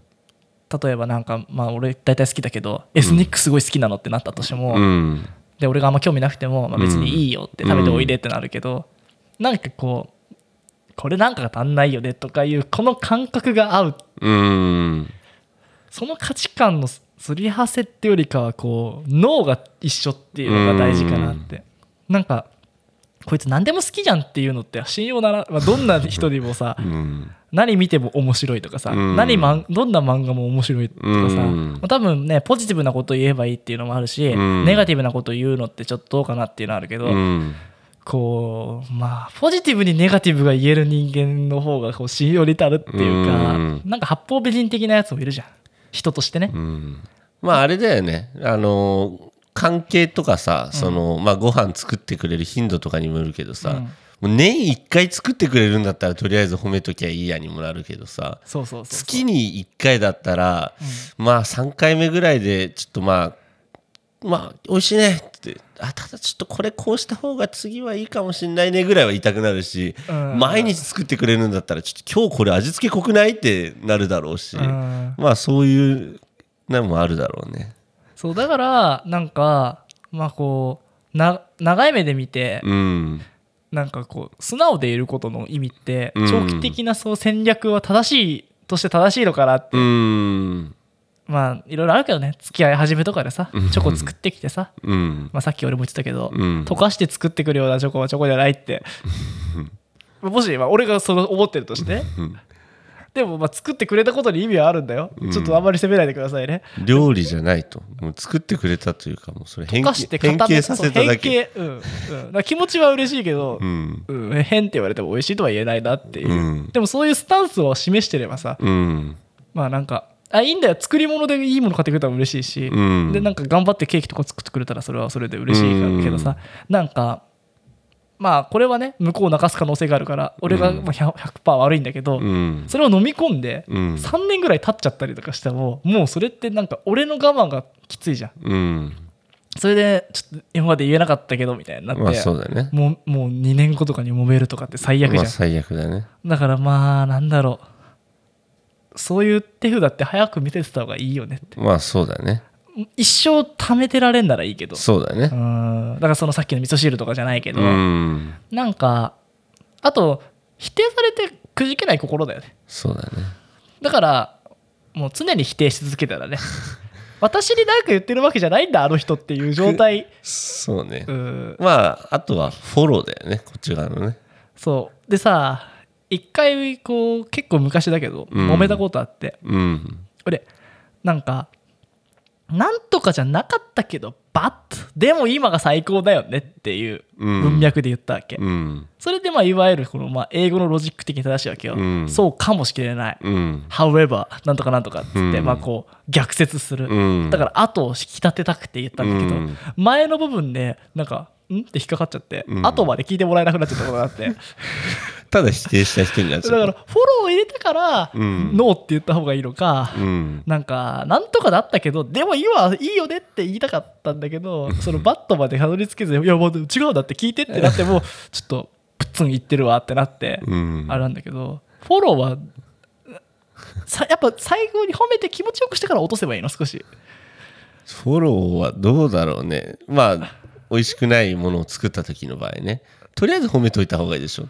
例えばなんかまあ俺大体好きだけどエスニックすごい好きなのってなったとしても、
うん
で俺があんま興味なくても、まあ、別にいいよって
うん
食べておいでってなるけど、なんかこうこれなんかが足んないよねとかいうこの感覚が合う
うん
その価値観のすり合わせってよりかはこう脳が一緒っていうのが大事かなってなんかこいつ何でも好きじゃんっていうのって信用なら、まあ、どんな人にもさ
うん
何見ても面白いとかさ、
うん
何まんどんな漫画も面白いとかさ、
うん
まあ多分ねポジティブなこと言えばいいっていうのもあるし、
うん
ネガティブなこと言うのってちょっとどうかなっていうのはあるけど、
うん
こうまあポジティブにネガティブが言える人間の方がこう信用に足るっていうか、
うん
なんか八方美人的なやつもいるじゃん人としてね、
うんまああれだよねあのー関係とかさその、まあ、ご飯作ってくれる頻度とかにもよるけどさ、
うん
もう年1回作ってくれるんだったらとりあえず褒めときゃいいやにもなるけどさ
そうそうそうそう
月に1回だったら、まあ3回目ぐらいでちょっとまあまあ美味しいねってあただちょっとこれこうした方が次はいいかもしんないねぐらいは言いたくなるし、
うん
毎日作ってくれるんだったらちょっと今日これ味付け濃くないってなるだろうし、
うん
まあそういうのもあるだろうね。
そうだからなんかまあこうな長い目で見て、
うん、
なんかこう素直でいることの意味って
うん
長期的なそう戦略は正しいとして正しいのかなって、
うん、
まあいろいろあるけどね付き合い始めとかでさチョコ作ってきてさ、
うん、
まあ、さっき俺も言ってたけど、
うん
溶かして作ってくるようなチョコはチョコじゃないってもしまあ俺がその思ってるとしてでもまあ作ってくれたことに意味はあるんだよ、ちょっとあんまり責めないでくださいね
料理じゃないと、もう作ってくれたというか、もうそれ変
溶かして
形変
固め
形させただけ。
そう変形うん、うん、だから気持ちは嬉しいけど、
うん、
うん、変って言われても美味しいとは言えないなっていう、
うん
でもそういうスタンスを示してればさ、
うん、
まあなんかあいいんだよ作り物でいいもの買ってくれたら嬉しいし、
うん
でなんか頑張ってケーキとか作ってくれたらそれはそれで嬉しいからけどさ、なんかまあこれはね向こうを泣かす可能性があるから俺がまあ 100%, 100%悪いんだけど、
うん、
それを飲み込んで
うん
3年ぐらい経っちゃったりとかしてももうそれってなんか俺の我慢がきついじゃん
うん、
それでちょっと今まで言えなかったけどみたいになって、
まあそうだね。
もうもう2年後とかに揉めるとかって最悪じゃ
ま
ん、
あ最悪だね。
だからまあなんだろうそういう手札って早く見せてた方がいいよねって
まあそうだね。
一生貯めてられんならいいけど
そうだ
う
ね。
んだからそのさっきの味噌汁とかじゃないけど、
うん、
なんかあと否定されてくじけない心だよね
そうだね。
だからもう常に否定し続けたら ね私に何か言ってるわけじゃないんだあの人っていう状態
そうね
う。ん
まああとはフォローだよね、こっち側のね。
そうでさ一回こう結構昔だけど
うん
揉めたことあって、
うん、
俺なんかなんとかじゃなかったけどバッでも今が最高だよねっていう
うん
文脈で言ったわけ、
うん、
それでまあいわゆるこのまあ英語のロジック的に正しいわけよ、
うん
そうかもしれない、
うん、
however なんとかなんとかっつって、
うん
まあこう逆説する、
うん
だから後を引き立てたくて言ったんだけど、
うん
前の部分でなんかんって引っかかっちゃって、
うん
後まで聞いてもらえなくなっちゃったことがあって
ただ否定した人になっ
だ
ち
か
ゃ
ら
う。
フォロー入れたから、
うん
ノーって言った方がいいのか、
うん。
なんかなんとかだったけどでも今いいよねって言いたかったんだけ どそのバットまでたどり着けずいやもう違うんだって聞いてってなってもうちょっとプッツン言ってるわってなって、
うん。
あれなんだけどフォローはさやっぱ最後に褒めて気持ちよくしてから落とせばいいの少し
フォローはどうだろうね。まあ、美味しくないものを作った時の場合ね。とりあえず褒めといた方がいいでしょ。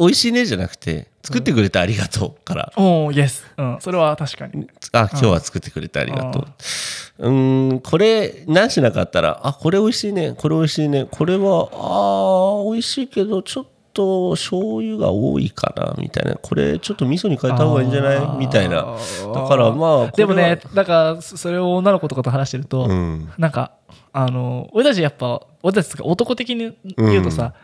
美味しいねじゃなくて、作ってくれてありがとうから。
おおイエス、うん、それは確かに
あ、今日は作ってくれてありがとう。うーん、これ、何しなかったら、あ、これ美味しいね、これ美味しいね、これは、あー、美味しいけど、ちょっと醤油が多いかな、みたいな。これ、ちょっと味噌に変えた方がいいんじゃ
あ
ない
ー
みたいな。だからまあ、これは
でもね、なんかそそれを女の子とかと話してると、
うん。
なんかあの俺たちやっぱ俺たちとか男的に言うとさ、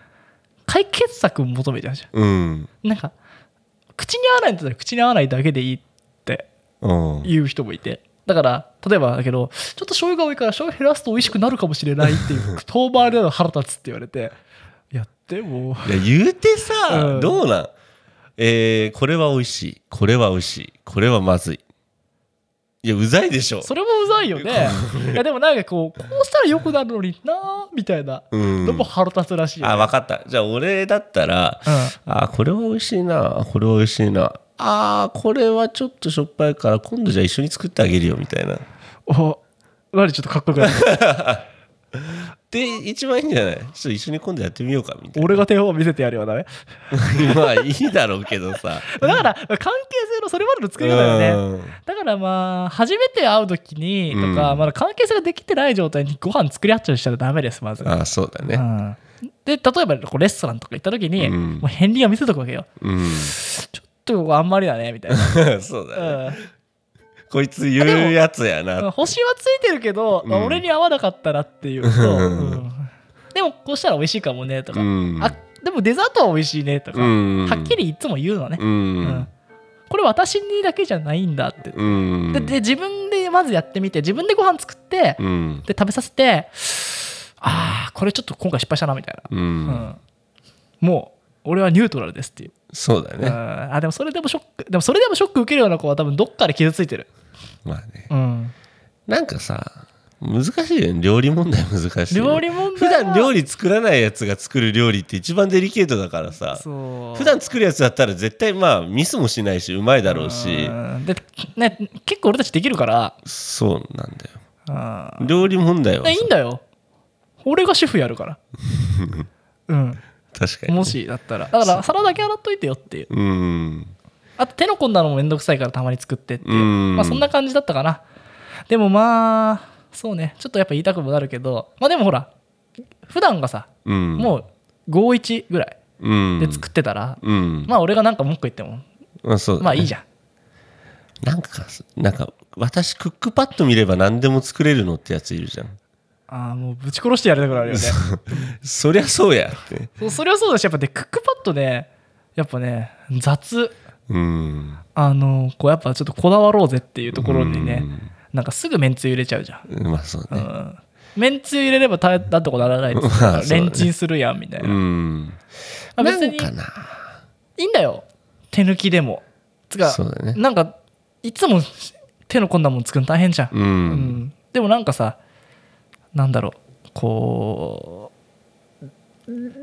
解決策求めちゃうじゃ
うん。
んなんか口に合わないんだったら口に合わないだけでいいって
うん。
言う人もいてだから例えばだけどちょっと醤油が多いから醤油減らすと美味しくなるかもしれないっていう 遠回りなの腹立つって言われていやでも
いや言うてさ、
うん
どうなんえーこれは美味しいこれは美味しいこれはまずいいやうざいでしょ
それもうざいよねいやでもなんかこうこうしたら良くなるのになあみたいな
うん
のも腹立つらしいよ、ね
あ分かったじゃあ俺だったら、あこれは美味しいなあこれは美味しいなあーこれはちょっとしょっぱいから今度じゃあ一緒に作ってあげるよみたいな
お何ちょっとかっこよくない
で一番いいんじゃないちょっと一緒に今度やってみようかみたい
俺が手本見せてやるよ ダメ
な まあいいだろうけどさ
だから関係性のそれまでの作り方だよね
ね
だからまあ初めて会う時にとか、
うん
まだ関係性ができてない状態にご飯作り合っちゃうしたらダメですまず、
あーそうだ
う
ね
んで例えばこうレストランとか行った時に、
うん
もう片りが見せとくわけよ
うん
ちょっとここあんまりだねみたいな、
そうだね、
うん
こいつ言うやつやな
星はついてるけど、
うん
俺に合わなかったなって いうと、
うん
うんでもこうしたら美味しいかもねとか、
うん
あでもデザートは美味しいねとか、
うん
はっきりいつも言うのね、
う
うん
ん
これ私にだけじゃないんだって、
うん
でで自分でまずやってみて自分でご飯作って、
うん
で食べさせてああこれちょっと今回失敗したなみたいな、
う
うん
ん
もう俺はニュートラルですっていう、
そうだ
う
ね
んあでもそれでもショックでもそれでもショック受けるような子は多分どっかで傷ついてる、
まあね
うん、
なんかさ難しいよね料理問題難しいよね
料理問
普
題は
段料理作らないやつが作る料理って一番デリケートだからさ
そう
普段作るやつだったら絶対まあミスもしないしうまいだろうし
うんで、ね、結構俺たちできるから
そうなんだよ
うん
料理問題はさ
ねいいんだよ俺が主婦やる から、うん、
確かに
もしだったらだから皿だけ洗っといてよっていう
うん
あと手の込んだのもめんどくさいからたまに作ってっていう、
うん
まあそんな感じだったかなでもまあそうねちょっとやっぱ言いたくもなるけどまあでもほら普段がさ
うん
もう51ぐらい
うん
で作ってたら、
うん
まあ俺がなんか文句言っても
まあそうだ
まあいい
ね
じゃん
なんかなんか私クックパッド見れば何でも作れるのってやついるじゃん
ああもうぶち殺してやりたくなるよね
そりゃそうやって
そうそれはそうだしやっぱねクックパッドねやっぱね雑
うん
あのこうやっぱちょっとこだわろうぜって いうところにね
うん
なんかすぐめんつゆ入れちゃうじゃん、
うまあそう
う
ね
ん、めんつゆ入れれば大なんとかならないっつって
まあそうだ
レ
ね
ンチンするやんみたいな、
うん
まあ
な
別
ん
に
かない
いんだよ手抜きでもつか
そうだね
なんかいつも手の込んだもん作るの大変じゃん、
う
うんんでもなんかさなんだろうこう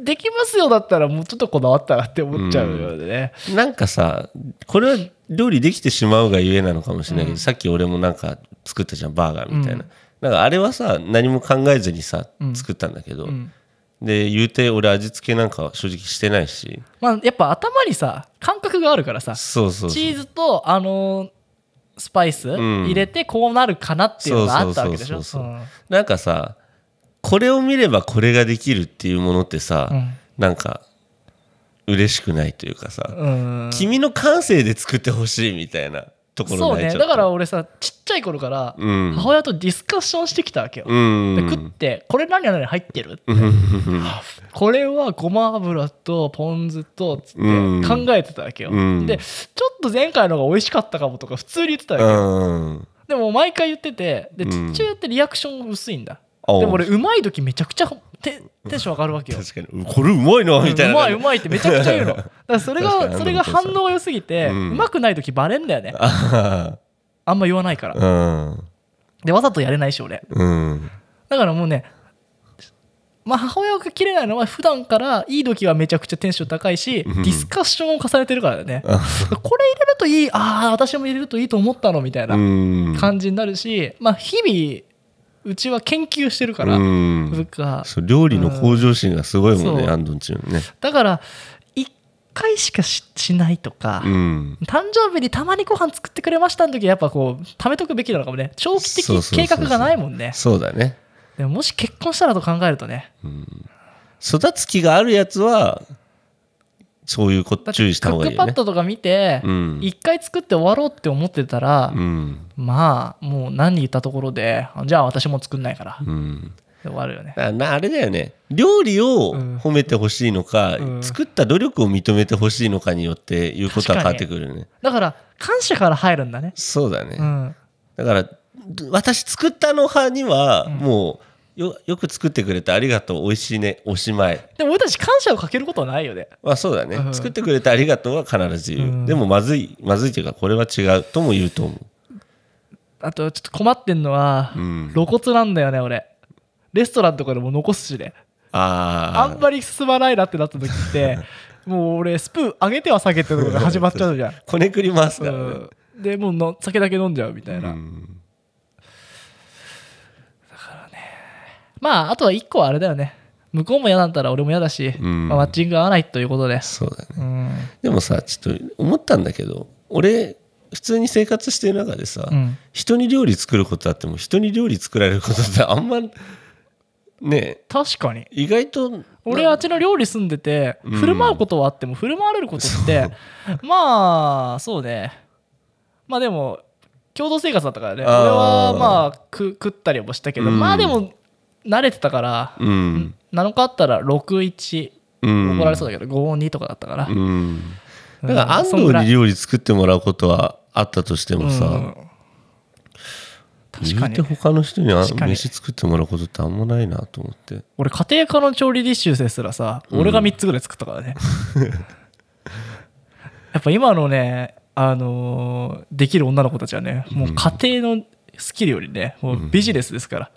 できますよだったらもうちょっとこだわったらって思っちゃうよね、
なんかさこれは料理できてしまうがゆえなのかもしれないけど、
うん
さっき俺もなんか作ったじゃんバーガーみたいな、
うん
なんかあれはさ何も考えずにさ
うん
作ったんだけど、
うん
で言うて俺味付けなんか正直してないし
まあやっぱ頭にさ感覚があるからさ
そうそうそう
チーズとあのースパイス
ん
入れてこうなるかなっていうのがあったわけでしょ
そうそうそうそう
うん
なんかさこれを見ればこれができるっていうものってさ、
うん
なんか嬉しくないというかさ、
うん
君の感性で作ってほしいみたいなとこ
そ
ろ
う
ない
ね
ちょっと
だから俺さちっちゃい頃から
うん
母親とディスカッションしてきたわけよ、
うん
で食ってこれ何々入ってるってこれはごま油とポン酢とつって
うん
考えてたわけよ、
うん
でちょっと前回の方が美味しかったかもとか普通に言ってたわけよ、
うん
でも毎回言っててで
うん
父親ってリアクション薄いんだ、
あ
でも俺うまい時めちゃくちゃテテンション上がるわけよ
確かにうんこれうまいなみたいな
うまいうまいってめちゃくちゃ言うのだからそれ
確かに
がそれが
本当に
反
そう
応が良すぎて、
う
う
ん
まくない時バレんだよね
あ
あんま言わないから、
はは
でわざとやれないし俺
うんうん
だからもうねまあ母親が切れないのは普段からいい時はめちゃくちゃテンション高いし、
うん
ディスカッションを重ねてるからね、
あ
これ入れるといいああ私も入れるといいと思ったのみたいな
うん
感じになるし、まあ日々うちは研究してるから、
うん
部下
そう料理の向上心がすごいもんね、
うん
アンドンチュンね
だから1回しかししないとか、
うん
誕生日にたまにご飯作ってくれましたの時はやっぱこう貯めとくべきなのかもね長
そ
期
う
的
そうそう
計
そう
画がないもんね
そうだね
でももし結婚したらと考えるとね
育つ気があるやつはそういうこと
だって
注意した方がいいよ
クックパ
ね
ッドとか見て、
うん
一回作って終わろうって思ってたら、
うん
まあもう何言ったところでじゃあ私も作んないからで
うん
終わるよね
あなあれだよね料理を
うん
褒めてほしいのか、
うん
作った努力を認めてほしいのかによって言うことは変わってくるよね
だから感謝から入るんだね
そうだね、
うん
だから私作ったの派には
ん
もうよよく作ってくれてありがとう美味しいねおしまい
でも俺たち感謝をかけることはないよね
まあそうだね、
うん
作ってくれてありがとうは必ず言う、
うん
でもまずいまずいというかこれは違うとも言うと思う
あとちょっと困ってんのは、
うん
露骨なんだよね俺レストランとかでも残すしねあ
あ
ん
あ
まり進まないなってなった時って もう俺スプーン上げては下げてとかが始まっちゃ うじゃん、
こねくり回すからね、
うんでもうの酒だけ飲んじゃうみたいな、
うん
まああとは一個はあれだよね向こうも嫌なんだったら俺も嫌だし、
ん
まあマッチング合わないということで、
そうだね
うん
でもさちょっと思ったんだけど俺普通に生活してる中でさ、
うん
人に料理作ることあっても人に料理作られることってあんまねえ
確かに
意外と
俺あっちの料理住んでて
うん
振る舞うことはあっても振る舞われることってまあそうねまあでも共同生活だったからね俺
あー
はまあく食ったりもしたけ
う
ど
ん
まあでも慣れてたから
うん、
7日あったら61
うん、
怒られそうだけど52とかだったから
うん、だか
うん
ら安
そん
藤
ぐらい
に料理作ってもらうことはあったとしてもさ、
うん確
言
か
うて
に
他の人にあ
確かに
飯作ってもらうことってあんまないなと思 って
俺家庭科の調理実習生すらさ俺が3つぐらい作った からね、やっぱ今のねあのーできる女の子たちはねもう家庭のスキルよりねもうビジネスですから、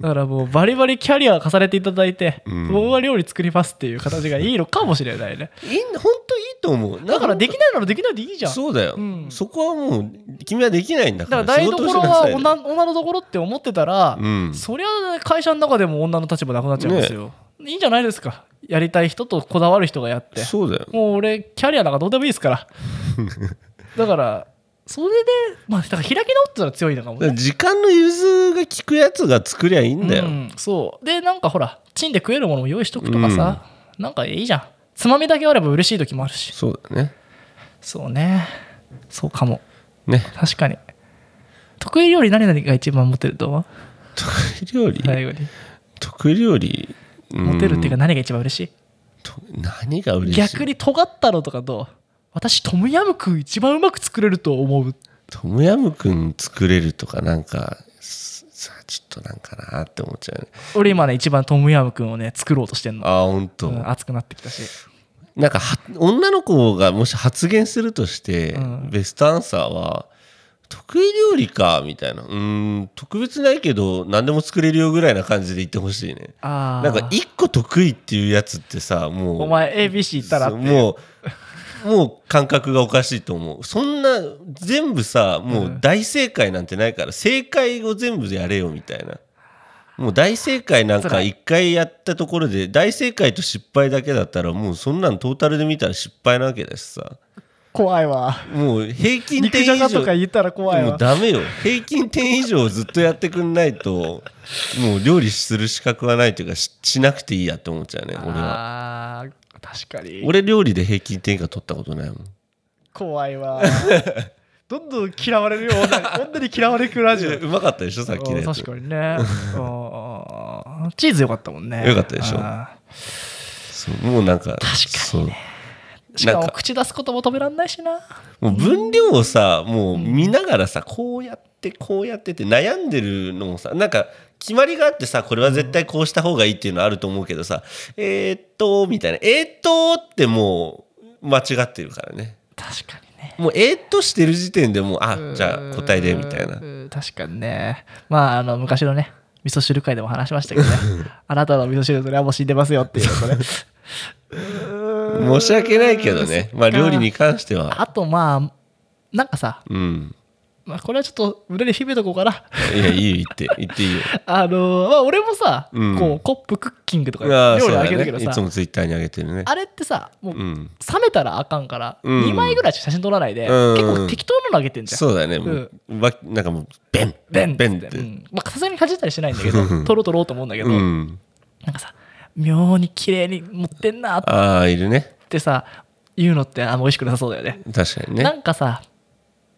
だからもうバリバリキャリア重ねていただいて、
ん
僕は料理作りますっていう形がいいのかもしれないね
いい本当いいと思う
だからでき
き
ないならできないでいいじゃん
そうだよ、
うん
そこはもう君はできないんだか
だからら台
仕事をし
所
なさ
はい女女のところって思ってたら、
うん
そりゃ会社の中でも女の立場なくなっちゃうんですよ、いいんじゃないですかやりたい人とこだわる人がやって
そうだよ
もう俺キャリアなんかどうでもいいで すからだからそれでまあだから開き直ったら強いのかも
だから
ね
時間の融通が効くやつが作りゃいいんだよ、
うん、そうでなんかほらチンで食えるものも用意しとくとかさ、なんかいいじゃんつまみだけあれば嬉しい時もあるし
そうだね
そうねそうかも
ね
確かに得意料理何々が一番モテると思う
得意料理、
最後に
得意料理うん
モテるっていうか何が一番嬉しい
と何が嬉しい
逆に尖ったのとかどう私トムヤムクン一番うまく作れると思う
トムヤムくん作れるとかなんかすさちょっとなんかなって思っちゃうね
俺今ね一番トムヤムクンをね作ろうとしてんの、
ああ本当、
うん熱くなってきたし
なんかは女の子がもし発言するとして、
うん
ベストアンサーは得意料理かみたいなうーん特別ないけど何でも作れるよぐらいな感じで言ってほしいね
あ
なんか一個得意っていうやつってさもう
お前 ABC 行ったらって
もうもう感覚がおかしいと思うそんな全部さもう大正解なんてないから、正解を全部やれよみたいなもう大正解なんか
辛い
一回やったところで大正解と失敗だけだったらもうそんなんトータルで見たら失敗なわけだしさ
怖いわ
もう平均
肉
点以
じゃ
上
がとか言ったら怖い
も
わ
うダメよ平均点以上ずっとやってくんないともう料理する資格はないというかししなくていいやって思っちゃうね俺は
あー確かに
俺料理で平均点以下取ったことないもん
怖いわ どんどん嫌われるよ女に女に嫌われくラジ オ
うまかったでしょさっきの
うん
やつ
確かにねうんチーズよかったもんね
良かったでしょ
あー
そうもうなんか確
か
に、
しか
な
も
んか
口出すことも止めらんないしな
そうもう分量をさもう見ながらさこうやってこうやってって悩んでるのもさなんか決まりがあってさ、これは絶対こうした方がいいっていうのはあると思うけどさ、えー、っと、みたいな。えー、っとってもう、間違ってるからね。
確かにね
もう、えー、っとしてる時点でもう、あ、じゃあ答えで、みたいな
う。ーん確かにねまああの昔のね味噌汁会でも話しまし たけどねあなたの味噌汁それはもう死んでますよっていうのとね
申し訳ないけどね。まあ、料理に関しては。
あとまあなんかさ、
うん。
まあ、これはちょっと無理に秘めとこうかな
いや、いいよ、言って、言っていいよ。
あのまあ俺もさ、
うん
こうコップクッキングとか
ああ、
料
そう
理あ
だ
げるけ
ねい
ど。さ
つもツイッターに上げてるね。
あれってさもう
うん。
冷めたらあかんから、
うん
2枚ぐらいしか写真撮らないで、
うん
結構適当なのあげてんじゃん。
そうだね。もう、わなんかもう、ベン
ベン
ベンっ
っつって
て
う。んまあさすがにかじったりしないんだけど撮ろう撮ろうと思うんだけど、
うん。
なんかさ妙に綺麗に持ってんなっ
ああ、いるね。
てさ言うのってあんま美味しくなさそうだよね。
確かにね。
なんかさ、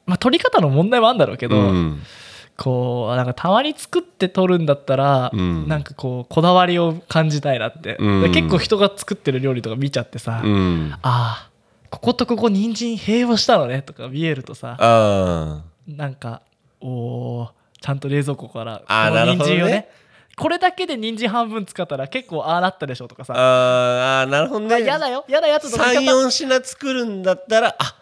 まあ、撮り方の問題もあるんだろうけど、
うん。
こうなんかたまに作って撮るんだったら、
うん
なんかこうこだわりを感じたいなって、
うん
で結構人が作ってる料理とか見ちゃってさ、
うん。
あーこことここ人参併用したのねとか見えるとさ
あ
なんかおーちゃんと冷蔵庫から
あー
この人
な
参
る
を
ほど
ね
ね
これだけで人参半分使ったら結構ああなったでしょとか
あ
さ
あーあーなるほどね
嫌だよ嫌なやつの見方
34品作るんだったらあ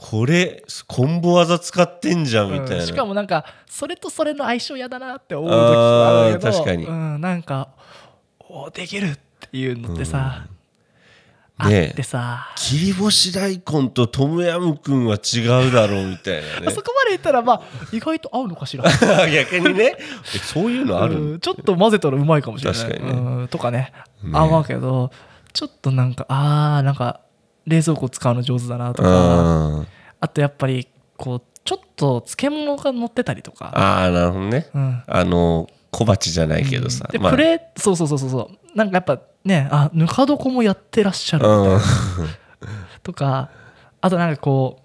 これコンボ技使ってんじゃんみたいな、
うんしかもなんかそれとそれの相性嫌だなって思う時
あー
もあるけど
確かに
うん、なんかおできるっていうのってさ、
うんねえ
あってさ、
切り干し大根とトムヤムクンは違うだろうみたい な
そこまで言ったらまあ意外と合うのかしら
ね逆にねえそういう のある、
うんちょっと混ぜたらうまいかもしれない
確かにね
うんとかね
ね
あまうけどちょっとなんかあーなんか冷蔵庫使うの上手だなとか
あ
あとやっぱりこうちょっと漬物が乗ってたりとか、
あーなるほどね、
うん、
あの小鉢じゃないけどさ、
で
まあ
プレーそうそうそうそうそうなんかやっぱねあぬか床もやってらっしゃるみたいなとかあとなんかこ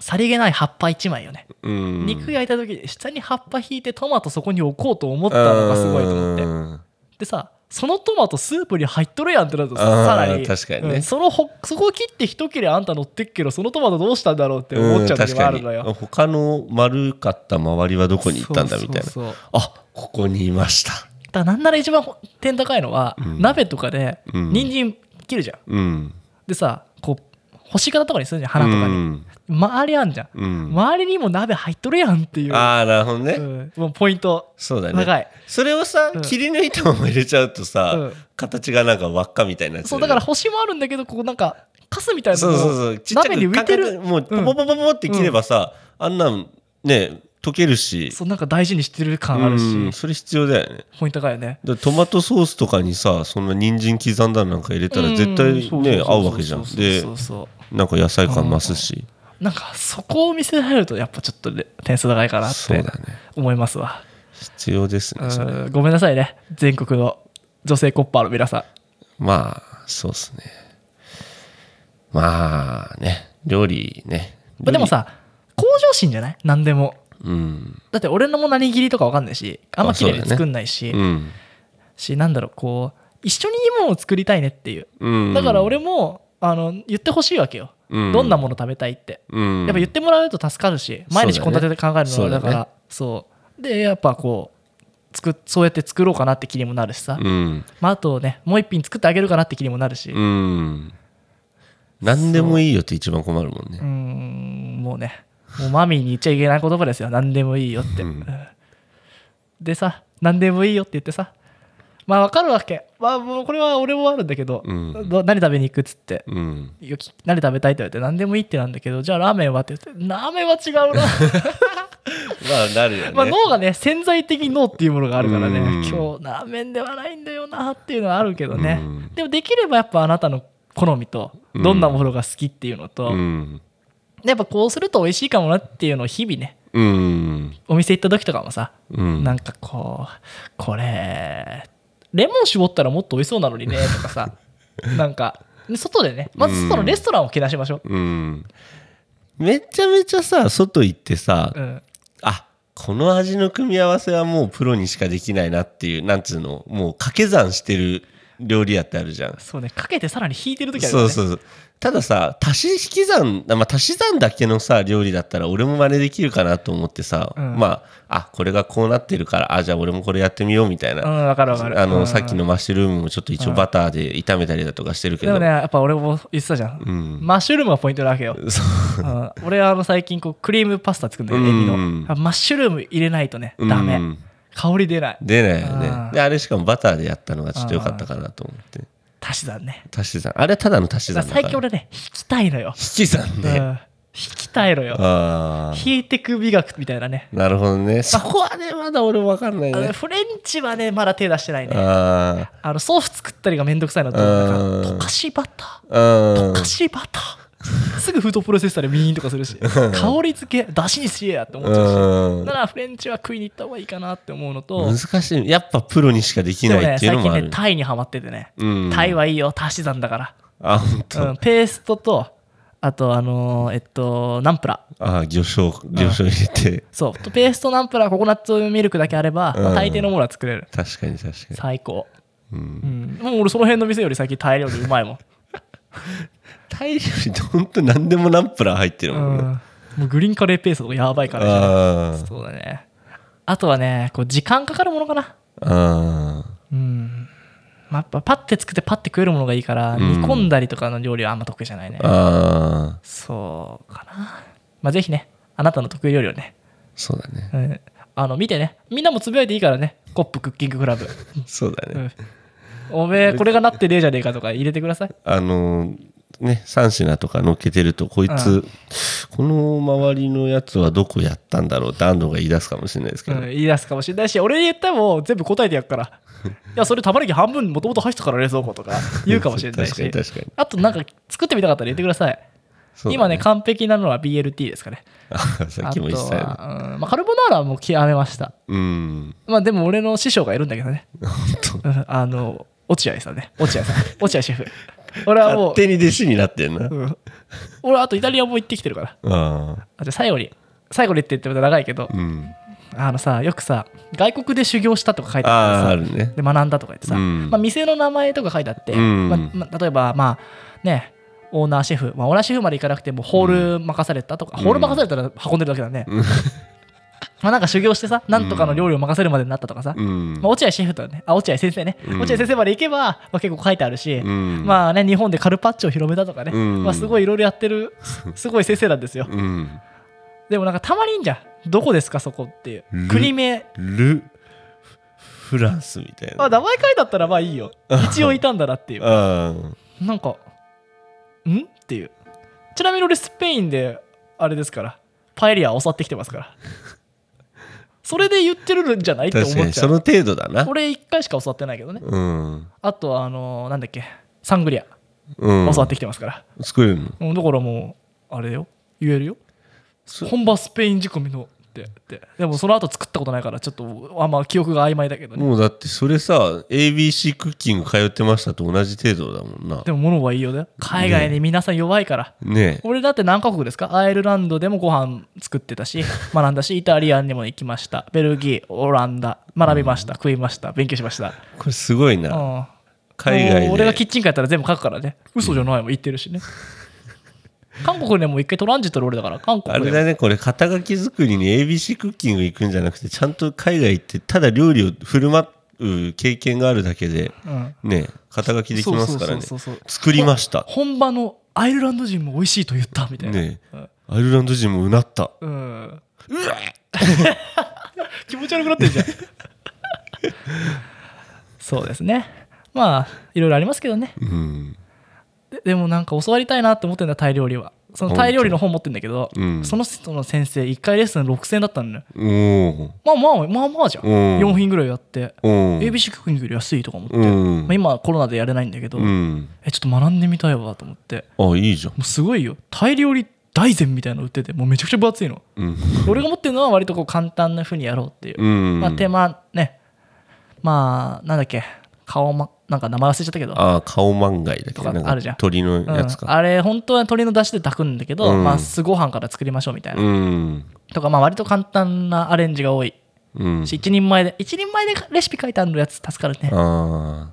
うさりげない葉っぱ1枚よね、
うん、うん
肉焼いた時に下に葉っぱ引いてトマトそこに置こうと思ったのがすごいと思って。
うん
でさそのトマトスープに入っとるやんってなるとさ
あー
さらに
確かにね
うんそのほそこを切って一切れあんた乗ってっけどそのトマトどうしたんだろうって思っちゃう時もあるのよ、
うん確かに他の丸かった周りはどこに行ったんだみたいな
そうそうそう
あここにいました
だからなんなら一番点高いのは、
うん
鍋とかで
うん
人参切るじゃん、
うん
でさこう星形とかにするじゃん花とかに、周りあんじゃん、
うん、
周りにも鍋入っとるやんっていう、
ああなるほどね、
うんもうポイント
そうだね
長い、
それをさ、
うん
切り抜いたまま入れちゃうとさ、
うん
形がなんか輪っかみたいになっちゃ
そう
う
だ
よね
から星もあるんだけどここなんかカスみたいな
そ
の
う
も
そうそうちっちゃく
鍋に浮いてる
感覚もうポポポポポって切ればさ、あんなんね溶けるし
そうなんか大事にしてる感あるし、
うんそれ必要だよね
ポイント高いよね
だからトマトソースとかにさそんな人参刻んだのなんか入れたら絶
うん
対
そうそう
ね
そうそう
合うわけじゃん
そう
で
そうそう
なんか野菜感増すし
なんかそこを見せられるとやっぱちょっとね点数高いかなっ
そう
て
だね
思いますわ、
必要ですねそれ
うんごめんなさいね全国の女性コッパーの皆さん
まあそうですねまあね料理ね
まあでもさ向上心じゃない何でも
うん
だって俺のも何切りとか分かんないしあんま綺麗に作んないし、
うん
しなんだろうこう一緒にいいものを作りたいねっていう
うん
だから俺もあの言ってほしいわけよ、
うん
どんなもの食べたいって、
うん
やっぱ言ってもらうと助かるし毎日
そう
献
だね
立で考えるのはだからそう,、でやっぱこう作っそうやって作ろうかなって気にもなるしさ、
うん
まあ、あとねもう一品作ってあげるかなって気にもなるし、
うん何でもいいよって一番困るもんね
うーんもうねもうマミーに言っちゃいけない言葉ですよ何でもいいよって、
うん
でさ何でもいいよって言ってさまあわかるわけまあもうこれは俺もあるんだけど、
うん
ど何食べに行くっつって
うん
いやき何食べたいって言われて何でもいいってなんだけどじゃあラーメンはって言ってラーメンは違う
ま
な
あなるよね
まあ脳がね潜在的脳っていうものがあるからね
うん
今日ラーメンではないんだよなっていうのはあるけどね
うん
でもできればやっぱあなたの好みとどんなものが好きっていうのと、
うん
やっぱこうすると美味しいかもなっていうのを日々ね
うん
お店行った時とかもさ、
うん
なんかこうこれレモン絞ったらもっと美味しそうなのにねとか さなんか外でねまず外のレストランをけなしましょう、
うんめちゃめちゃさ外行ってさ
うん、
あこの味の組み合わせはもうプロにしかできないなっていうなんつうのもう掛け算してる料理屋ってあるじゃん。
そうねかけてさらに引いてる時ある
そ
よね
うそうそう。たださ、足し引き算、あまあ、足し算だけのさ、料理だったら俺も真似できるかなと思ってさ、
うん
まあ、あ、これがこうなってるから、あ、じゃあ俺もこれやってみようみたいな。
うんわかるわかる
あ
う
の、
ん
さっきのマッシュルームもちょっと一応バターで炒めたりだとかしてるけ
で
ど。
もねやっぱ俺も言ってたじゃん、
うん。
マッシュルームがポイントなわけよ、
そう
うん、俺はあの最近こうクリームパスタ作るんだけどエビの、
うん
マッシュルーム入れないとねダメ、
うん
香り出ない
出ないよね
あー
であれしかもバターでやったのがちょっと良かったかなと思って
足し算ね
足し算あれはただの足し
だ
算だから
から最近俺ね引きたいのよ、
引き算
うん、
ね
引きたいのよ
ああ
引いてく美学みたいなね
なるほどね そこはねまだ俺も分かんない
あの
ね
フレンチはねまだ手出してないね
あ
あのソース作ったりがめんどくさいなと思うから
うん
溶かしバタ
あ
ー
う
溶
ん
かしバターすぐフードプロセッサーでミーンとかするし香り付けだしにしえやって思っちゃうし
うん
ならフレンチは食いに行った方がいいかなって思うのと
難しいやっぱプロにしかでき
でも
ない
ね
っていう
最
のも
近
あ
ね
る
タイにハマっててね
うん
タイはいいよ足し算だか
あ本当
ら、うん、ペーストとあとあのーえっとナンプラー
ああ魚醤魚醤入れて
そうとペーストナンプラーココナッツミルクだけあれば、まあ
うん
大抵のものは作れる
確かに確かに
最高、
うん
うん、もう俺その辺の店より最近タイ料理うまいもん
タイ料理って 本当何でもナンプラー入ってる
う
もんね
んもうグリーンカレーペーストとかやばいからね
あ
そうだねあとはねこう時間かかるものかな
あああ
うんまあ、やっぱパッて作ってパッて食えるものがいいから、
うん
煮込んだりとかの料理はあんま得意じゃないね
ああ
そうかなまあぜひねあなたの得意料理をね、
そうだね
うん、あの見てねみんなもつぶやいていいからねコップクッキングクラブ、
そうだ
う
ね
ん、おめえこれがなってねえじゃねえかとか入れてください
あのね3品とか乗っけてるとこいつ、
う
この周りのやつはどこやったんだろうって安藤が言い出すかもしれないですけ
う
ど、
ん、言い出すかもしれないし俺に言っても全部答えてやっから いやそれ玉ねぎ半分もともと入ってたから冷蔵庫とか言うかもしれないし
確かに確かに
あとなんか作ってみたかったら言ってください、
そうだ
今ね完璧なのは BLT ですかね
あさっきも言ってたよね
あとはうんまあ、カルボナーラはもう極めました
うん
まあでも俺の師匠がいるんだけどね
本当
うんあの落合さんね落合さん落合シェフ俺はも
勝手に弟子になってんな、
う、うん、俺あとイタリアも行ってきてるから
あ
あじゃあ最後に最後にって言ってまた長いけど
あ、うん
あのさよくさ外国で修行したとか書いてある
ああ
か
あ
らさ
るね
で学んだとか言ってさ、
うん
まあ、店の名前とか書いてあって、
うん
まあまあ例えばまあねオーナーシェフ、まあ、オーナーシェフまで行かなくてもホール任されたとか、
うん
ホール任されたら運んでるだけだね、
うん
まあ、なんか修行してさなんとかの料理を任せるまでになったとかさ、
うん
まあ、落合シェフとねあ落合先生ね、
うん
落合先生まで行けば、まあ、結構書いてあるし、
うん
まあね日本でカルパッチョを広めたとかね、
うん
まあ、すごいいろいろやって るすすごい先生なんですよ
うん
でもなんかたまにいいんじゃんどこですかそこっていう
ル
国名
ルフランスみたいな
まあ名前書いてあったらまあい いよ一応いたんだなっていう
あ
なんかんっていうちなみに俺スペインであれですからパエリアを襲ってきてますから それで言ってるんじゃない
あ
って
確
思
か
っ
に
ちゃ
そうの程度だな
俺1回しか教わってないけどね
うん
あとはあのーなんだっけサングリア
うん
教わってきてますから、
作れるの
うんだからもうあれよ言えるよ
そ
本場スペイン仕込みのってってでもその後作ったことないからちょっとあんま記憶が曖昧だけどね
もうだってそれさ ABC クッキング通ってましたと同じ程度だもんな
でも物はいいよね海外に皆さん弱いから、
ね
俺だって何カ国ですかアイルランドでもご飯作ってた し学んだしイタリアンにも行きましたベルギーオランダ学びました、食いました勉強しました、
えこれすごい
うん、
な海外
も
で
う俺がキッチンカーやったら全部書くからね嘘じゃないもん言ってるしね韓国でも一回トランジットで俺だから韓
あ
国で
れ
も
だねこれ肩書き作りに ABC クッキング行くんじゃなくてちゃんと海外行ってただ料理を振る舞う経験があるだけで
うん
ねえ肩書きできますからね
そうそうそうそう
作りました
本場のアイルランド人も美味しいと言ったみたいな、
ねえアイルランド人もうなった
うん
うわ
気持ち悪くなって るじゃんそうですねまあいろいろありますけどね
うん
ででもなんか教わりたいなって思ってんだタイ料理はそのタイ料理の本持ってんだけど、
うん
その人の先生1回レッスン6000円だったのよ
おー
まあまあまあまあじゃん、
うん
4品ぐらいやって、
おー
ABC クッキングより安いとか思って、
うん
まあ、今はコロナでやれないんだけど、
うん
えちょっと学んでみたいわと思って
あいいじゃん
もうすごいよタイ料理大全みたいなの売っててもうめちゃくちゃ分厚いの
うん
俺が持ってるのは割とこう簡単なふうにやろうっていう、
うん
まあ手間ねまあなんだっけ顔まなんか名前忘れちゃったけど
ああ顔漫画だけど
とか
なん
あるじゃん
か鳥のやつ
うん、
か
あれ本当は鶏の出汁で炊くんだけど、
うん
まあ酢ご飯から作りましょうみたいな、
うん
とかまあ割と簡単なアレンジが多い
うん
し一人前で一人前でレシピ書いてあるやつ助かるね
ああ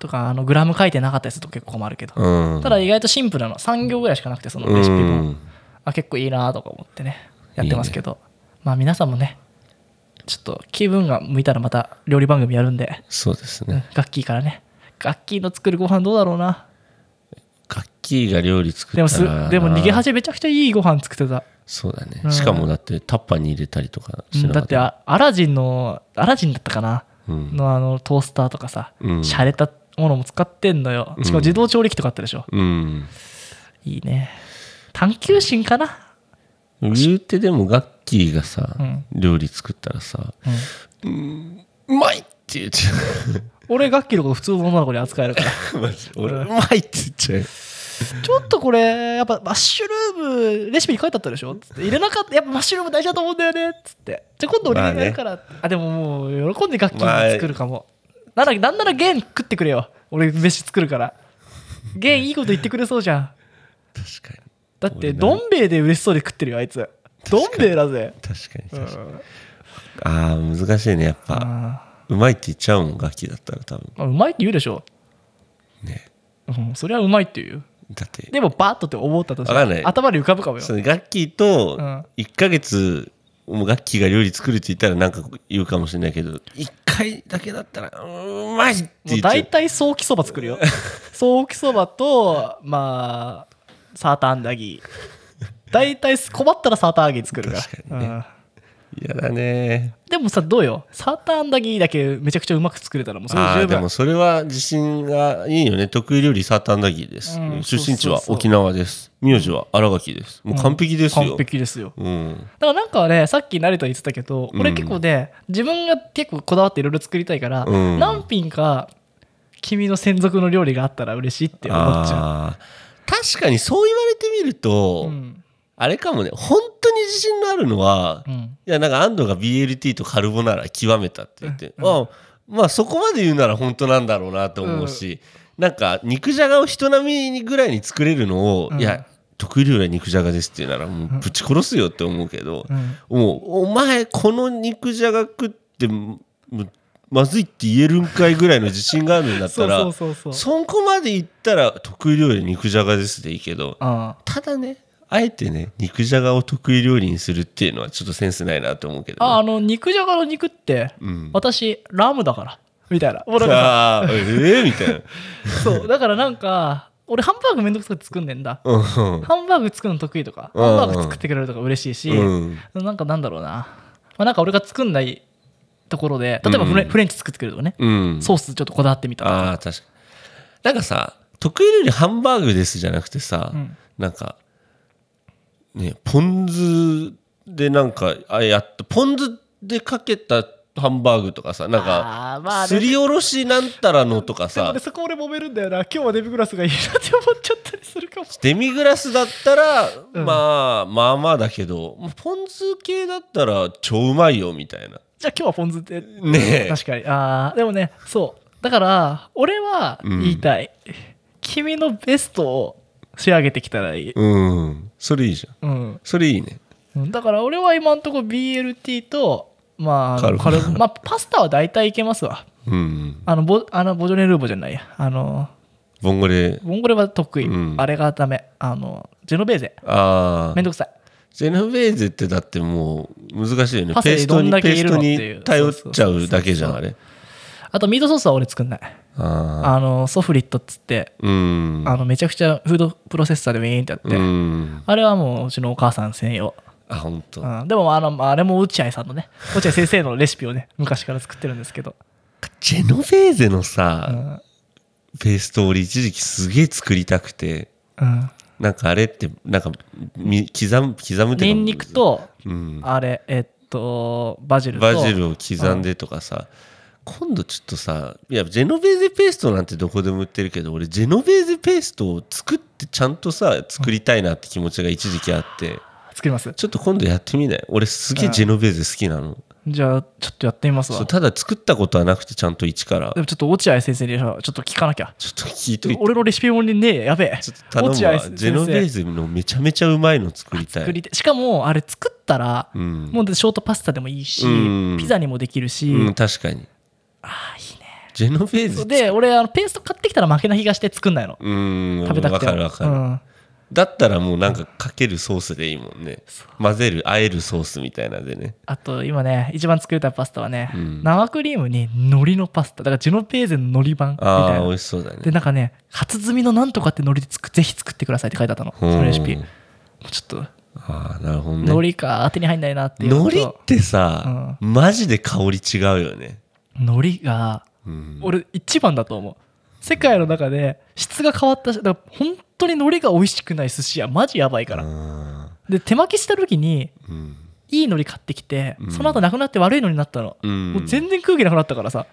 とかあのグラム書いてなかったやつと結構困るけど、
うん。
ただ意外とシンプルな3行ぐらいしかなくてその
う
レシピも、
ん。
あ結構いいなとか思ってねやってますけどまあ皆さんもねちょっと気分が向いたらまた料理番組やるんで、
そうです
うん
ね。、
ガッキーからねガッキーの作るご飯どうだろうな
ガッキーが料理作った
で
ら
もす
な
でも逃げ恥めちゃくちゃいいご飯作ってた
そうだね、
うん
しかもだってタッパーに入れたりとか
う
しな
ん
か
だ
っ
って
た、
あアラジンのアラジンだったかな、
うん
のあのトースターとかさ、
うん
洒落たものも使ってんのよ
うん
しかも自動調理器とかあったでしょ、
うん
いいね探求心かな
言うてでもガッキーがさ、
うん
料理作ったらさ
うん
うまいって言っちゃ
俺楽器とか普通の女の子に扱えるから
う マジ俺うまいって言っちゃう
ちょっとこれやっぱマッシュルームレシピに書いてあったでしょつって 入れなかったやっぱマッシュルーム大事だと思うんだよねっつってじゃあ今度俺入れるから、あでももう喜んで楽器作るかも、なんならなんなら弦食ってくれよ俺飯作るから弦いいこと言ってくれそうじゃん
確かに
だって
俺な
どん兵衛で嬉しそうで食ってるよあいつどん兵衛だぜ
確かに
うん
確かに、あー難しいねやっぱ
あ
うまいって言っちゃうもんガッキーだったら多分
ーうまいって言うでしょ
ね
うんそれはうまいって言う
だって
でもバーッとって思ったとして
わかんない
頭に浮かぶかもよ
そのガッキーと
うん
1ヶ月もうガッキーが料理作るって言ったらなんか言うかもしれないけど1回だけだったらうまいって
も
言
う
っちゃう
大体ソーキそば作る よソーキそばとまあサーターアンダギー大体困ったらサーターアンダギー作るから
確かにね嫌だね
うんでもさどうよサーターアンダギーだけめちゃくちゃうまく作れたらもうそれ
あ
で
あ
十
で
分
もそれは自信がいいよね得意料理サーターアンダギーです、
うん
出身地は
そうそうそう
沖縄です名字は新垣ですもう完璧ですよ、
完璧ですよ
うん
だからなんかねさっき成田言ってたけど
うん
俺結構ね、自分が結構こだわっていろいろ作りたいから、
うん
何品か君の専属の料理があったら嬉しいって思っちゃ
あー確かにそう言われてみる
う
と、
うん
あれかもね本当に自信のあるのは、
う
い
ん
やなんか安藤が BLT とカルボナーラ極めたって言って、
うん
あまあそこまで言うなら本当なんだろうなと思うし、なんか肉じゃがを人並みぐらいに作れるのを、
うん
いや得意料理は肉じゃがですって言うならもうぶち殺すよって思うけど、
うん
もうお前この肉じゃが食ってもうまずいって言えるんかいぐらいの自信があるんだっ
そ
た
う
ら
そうそうそう
そこまで言ったら得意料理肉じゃがですでいいけど
あ
ただねあえてね肉じゃがを得意料理にするっていうのはちょっとセンスないなと思うけど、ね、
ああの肉じゃがの肉って、
うん
私ラムだからみたいな俺が
さあえー、みたいな
そうだからなんか俺ハンバーグめんどくさくて作んねんだ
う
ハンバーグ作るの得意とか
うん
ハンバーグ作ってくれるとか嬉しいし、
んうん
なんかなんだろうな、まあ、なんか俺が作んないところで例えばフレ,、
うん
フレンチ作ってくれるとかね、
うん
ソースちょっとこだわってみたとか
ああ確かになんかさ得意料理ハンバーグですじゃなくてさ、
うん
なんかねポン酢でなんかあやっとポン酢でかけたハンバーグとかさなん
あ
か
ー、まあね
すりおろしなんたらのとか
でも
さ
ねそこ俺揉めるんだよな今日はデミグラスがいいなって思っちゃったりするかも
デミグラスだったら、
うん
まあまあまあだけどポン酢系だったら超うまいよみたいな
じゃあ今日はポン酢で
ねえ
確かにああでもねそうだから俺は言いたい、君のベストを仕上げてきたらいい、
うんそれいいじゃん
うん
それいいね
だから俺は今んとこ BLT とまああ
カル
の
ボ
カルボまあパスタは大体いけますわ
うん
あのボあのボジョレ・ルーボじゃないやあの
ボンゴレ
ボンゴレは得意、
うん
あれがダメあのジェノベーゼ
ああ
めんどくさい
ジェノベーゼってだってもう難しいよね
パ。セ
ペー
リ
スト
どん
に、
だ
ペ
け
ー
入
ス
れる
ト
のって
に
い
頼
う
っちゃうだけじゃん、
そ
あ
うそう
れ。
あとミートソースは俺作んない
ああ。
あのソフリットっつって
うん。
あのめちゃくちゃフードプロセッサーでウィーンってやって、
うん。
あれはもううちのお母さん専用
あ、ほんと。
うん、でもあの、まああれも落合さんのね落合先生のレシピを ね昔から作ってるんですけど、
ジェノベーゼの
う
さ、
ん
ペースト俺一時期すげえ作りたくて、
うん、
なんかあれって、なんか、み刻む、刻むっていうか
ニンニク、と
うん。
あれえっとバジルと
バジルを刻んでとかさ、今度ちょっとさ、いや、ジェノベーゼペーストなんてどこでも売ってるけど、俺、ジェノベーゼペーストを作ってちゃんとさ、作りたいなって気持ちが一時期あって。
作ります
ちょっと今度やってみない俺すげえジェノベーゼ好きなの、
じゃあちょっとやってみます
そう
わ
ただ作ったことはなくてちゃんと一から
でもちょっと落合先生にちょっと聞かなきゃ
ちょっと聞いといて
俺のレシピ本にねえやべえ
ちょっと頼むわ
先生
ジェノベーゼのめちゃめちゃうまいの作りたい
作り手しかもあれ作ったら、
うん
もうだってショートパスタでもいいし、
うん
ピザにもできるし、
うん、確かに
ああいいね
ジェノベーゼ
で俺あのペースト買ってきたら負けな気がして作んないの
うーん
食べたく
わ
て
かるわかる、
うん
だったらもうなんかかけるソースでいいもんね混ぜる和えるソースみたいなんでね
あと今ね一番作れたパスタはね、
うん
生クリームに海苔のパスタだからジェノペーゼの海苔版みた
ああ
い
美
な
味しそうだね
でなんかね初摘みのなんとかって海苔で作ぜひ作ってくださいって書いてあったのそのレシピ
うん
ちょっと
ああなるほどね
海苔か当てに入んないなっていうの
海苔っ
と
てさ、マジで香り違うよね、
海苔が
うん、
俺一番だと思う世界の中で質が変わったしだから本当に海苔が美味しくない寿司屋マジやばいから、
あ
で手巻きした時に
ーうん
いい海苔買ってきて、
うん
その後なくなって悪いのになったの、
うん
もう全然空気なくなったからさ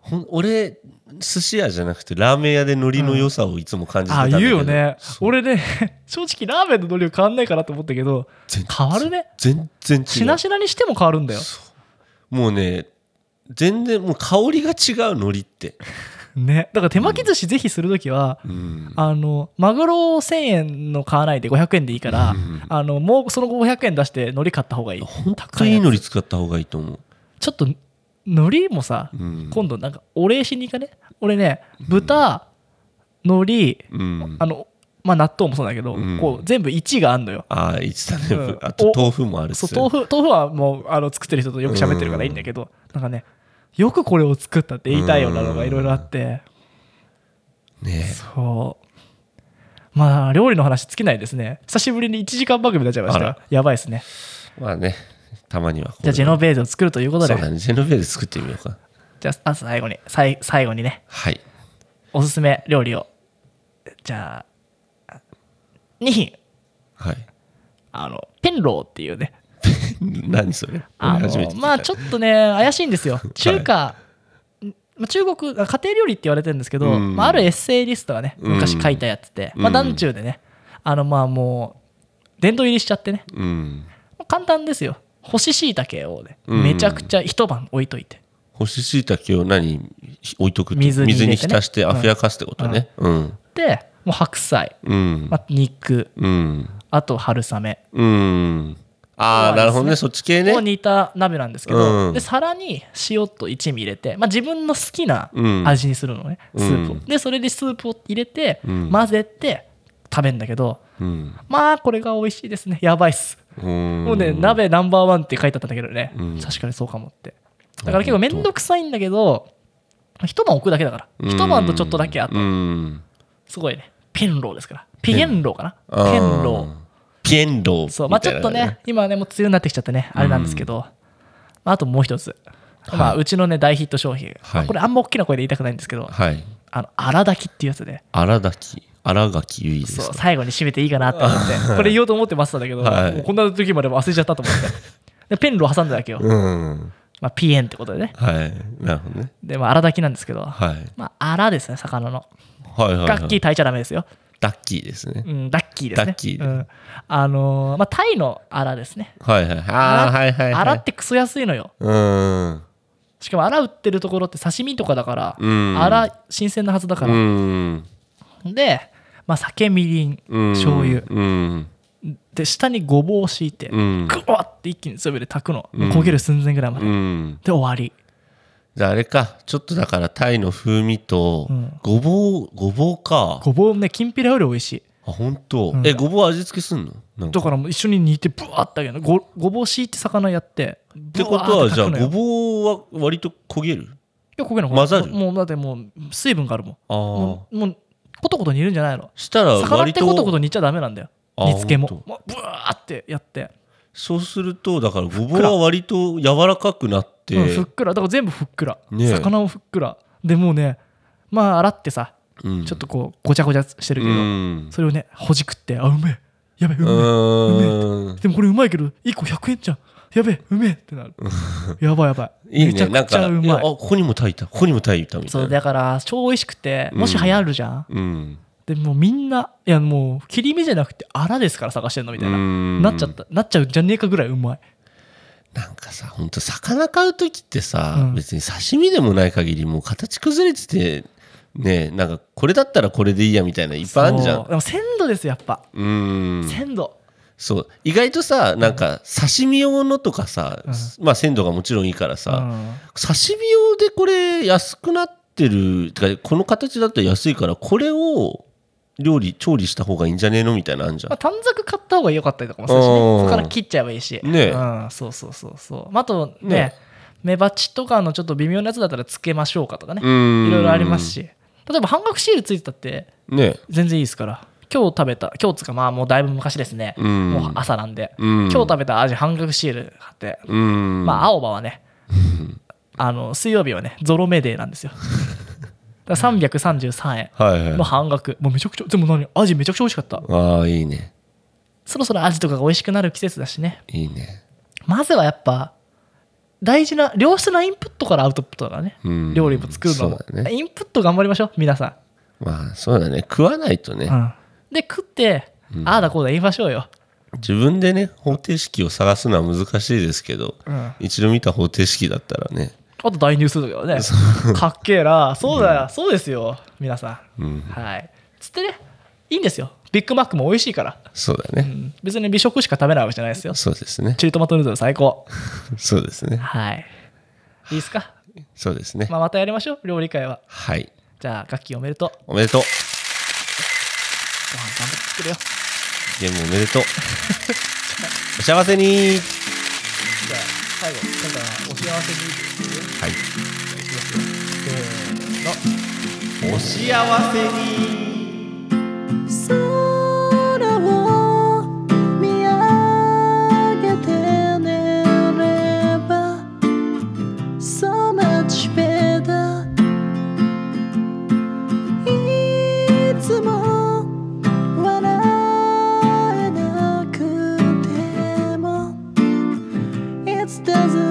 ほん俺寿司屋じゃなくてラーメン屋で海苔の良さをいつも感じてた
ああ
んだ
言
け
う
ど、
よね
そう
俺ね 正直ラーメンの海苔は変わんないかなと思ったけど
全
変わるね
全然違う
しなしなにしても変わるんだよ
もうね全然もう香りが違う海苔って、
ねだから手巻き寿司ぜひする時は、
うん、
あのマグロを1000円の買わないで500円でいいから、
うん
あのもうその500円出して海苔買った方がいい
本当
高
に
い
いい
やつ
海苔使った方がいいと思う、
ちょっと海苔もさ、
うん、
今度なんかお礼しに行かね俺ね豚海苔
うん、
あのまあ納豆もそうだけど、
うん
こう全部1があんのよ
ああ一だね、
うん
あと
お
豆腐もあるっす
そう
よ
豆腐豆腐はもうあの作ってる人とよく喋ってるからいいんだけど、なんかねよくこれを作ったって言いたいようなのがいろいろあって、
ね
そうまあ料理の話尽きないですね久しぶりに1時間番組になっちゃいまし
あ
た
ら
やばいですね
まあねたまにはこう
じゃあジェノベーゼを作るということで
そうだねジェノベーゼ作ってみようか
じゃああ最後にさい最後にね
はい
おすすめ料理をじゃあ2品
はい
あのペンローっていうね
何それ
あの
初めて聞いた
まあちょっとね怪しいんですよ中華、んまあ中国あ家庭料理って言われてるんですけど、
うん
まあ、あるエッセイリストがね
うん
昔書いたやつで、ま
う
あ、
ん
団中でねあのまあもう殿堂入りしちゃってね
うん
簡単ですよ干し椎茸をね
うん
めちゃくちゃ一晩置いといて、
干し椎茸を何ひ置いとくって
水に入れてね
浸してあふやかすってことねうん
でもう白菜、
うん
まあ、肉
うん
あと春雨
うんああなるほどねそっち系ね
を煮た鍋なんですけど、
うん
で皿に塩と一味入れて、まあ、自分の好きな
うん
味にするのね、
うん
スープをでそれでスープを入れて、
うん
混ぜて食べるんだけど
うん
まあこれが美味しいですねやばいっす
も
もうね、鍋ナンバーワンって書いてあったんだけどね、
うん
確かにそうかもってだから結構めんどくさいんだけど一晩置くだけだから一晩とちょっとだけあと
うん
すごいねペンローですからピエンローかな
あー
ペンロー
ピエンロー
そう、まあちょっとね、今はね、もう梅雨になってきちゃってね、あれなんですけど、まああともう一つ、まあうちのね、大ヒット商品、
はい
これあんま大きな声で言いたくないんですけど、
はい
あの、荒炊きっていうやつで、
荒垣荒垣結衣で
そ
す
う、
か
最後に締めていいかなって 思って、これ言おうと思ってましたんだけど、
はい
もうこんな時まで忘れちゃったと思って。でペンロ挟んだだけよ。
うん
まあ、ピエンってことでね。
はいなるほどね
で、まあ、荒炊きなんですけど、
はい
まあ、荒ですね、魚の。
はいはいは
ガ
い
ッキー炊いちゃダメですよ。
ダッキーですね
うん、ラッキーですね。
ラッキー
うん。あのーまあ、タイの荒ですね。
はいはいああはいはいはい
荒ってクソ安いのよ。
うん
しかも洗うってるところって刺身とかだから、
うん
洗新鮮なはずだか
う
ら、
ん
で、まあ、酒みりん
うん
醤油
うん
で下にごぼうを敷いて
う
グ
ん
ワって一気に強火で炊くの、
うん
焦げる寸前ぐらいまで、
うん
で終わり
じゃああれかちょっとだからタイの風味と
うん
ごぼうごぼうか
ごぼうねきんぴらより美味しい
あ本当
うん
えごぼう味付けすんのなん
だ
か
からもう一緒に煮てブワーってあげるのごごぼう敷いて魚やってっ
ってことはじゃあご
い
ぼうは割と焦げる
や焦げない
混ざる
もうもうだってもう水分があるもん
あ
も
あ
うもうことこと煮るんじゃないの
したら
魚っ
割
てことことと煮ちゃダメなんだよ
あ
煮付けも
ほんと
もうブワーってやって
そうするとだからごぼう
くら
は割と柔らかくなって
うん、ふっくらだから全部ふっくら、
ねえ
魚もふっくらでもうねまあ洗ってさ
うん
ちょっとこうごちゃごちゃしてる
う
けど、
ん
それをねほじくってあうめえやべえう
う
めえ、
ーん
でもこれうまいけど1個100円じゃんやべえうめえってな るやばいやばい
いい
めち
ね
ゃ
なん
くち
か
ゃう
いやあ
まい
ここにも炊いたここにも炊いたみた
そう
いな
だから超美味しくてもし流行るじゃん、
うん
でもうみんないやもう切り身じゃなくてあらですから探してんのみたいな、
うん
なっちゃったなっちゃうんじゃねえかぐらいうまい
なんかさ本当魚買う時ってさ、
うん
別に刺身でもない限りもう形崩れててねなんかこれだったらこれでいいやみたいないっぱいあるじゃ
そうんでも鮮度ですよやっぱ、
うーん
鮮度
そう意外とさなんか刺身用のとかさ、
う
まあ鮮度がもちろんいいからさ、
うん
刺身用でこれ安くなっってるてかこの形だと安いからこれを料理調理した方がいいんじゃねえのみたいなのあんじゃ
まあ、
ん
短冊買った方が良かったりとかもするしね
うん
そこから切っちゃえばいいし、
ね
うん、そうそうそうそう、まあ、あとね
ね
メバチとかのちょっと微妙なやつだったらつけましょうかとかね
い
いろいろありますし例えば半額シールついてたって
ね
全然いいですから今日食べた今日つかまあもうだいぶ昔ですね、
うん
もう朝なんで、
うん
今日食べたアジ半額シール貼って、
うん
まあ青葉は ねあの水曜日はねゾロ目デーな んですよだから333円
はい
の
はい
半額もうめちゃくちゃでも何アジめちゃくちゃ美味しかった
ああいいね
そろそろアジとかが美味しくなる季節だしね
いいね
まずはやっぱ大事な良質なインプットからアウトプットだからね、
うん
料理も作るのも
そうだね
インプット頑張りましょう皆さ
まあそうだね食わないとね、
ん、うん、で食って、ああだこうだ言いましょうよ、
自分でね方程式を探すのは難しいですけど、
うん、あ
一度見た方程式だったらね
と大ニュースだからねかっけえなそうだよ、そうですよ皆さん、
うん
はいつってねいいんですよビッグマックも美味しいから、
そうだ
う
ね、
ん別に美食しか食べないわけじゃないですよ
そうですね
チリトマトヌードル最高
そうですね
はいいいっすか、
そうですね、
まあ、またやりましょう料理会は
はい
じゃあ楽器おめでとう
おめでとう
ご飯頑張って作るよ
ゲームおめでとう お幸せに
じゃあ最後今回はお幸せに
はい
いきますよせーの
お幸せに
空を見上げて寝れば So much better いつも笑えなくても It doesn't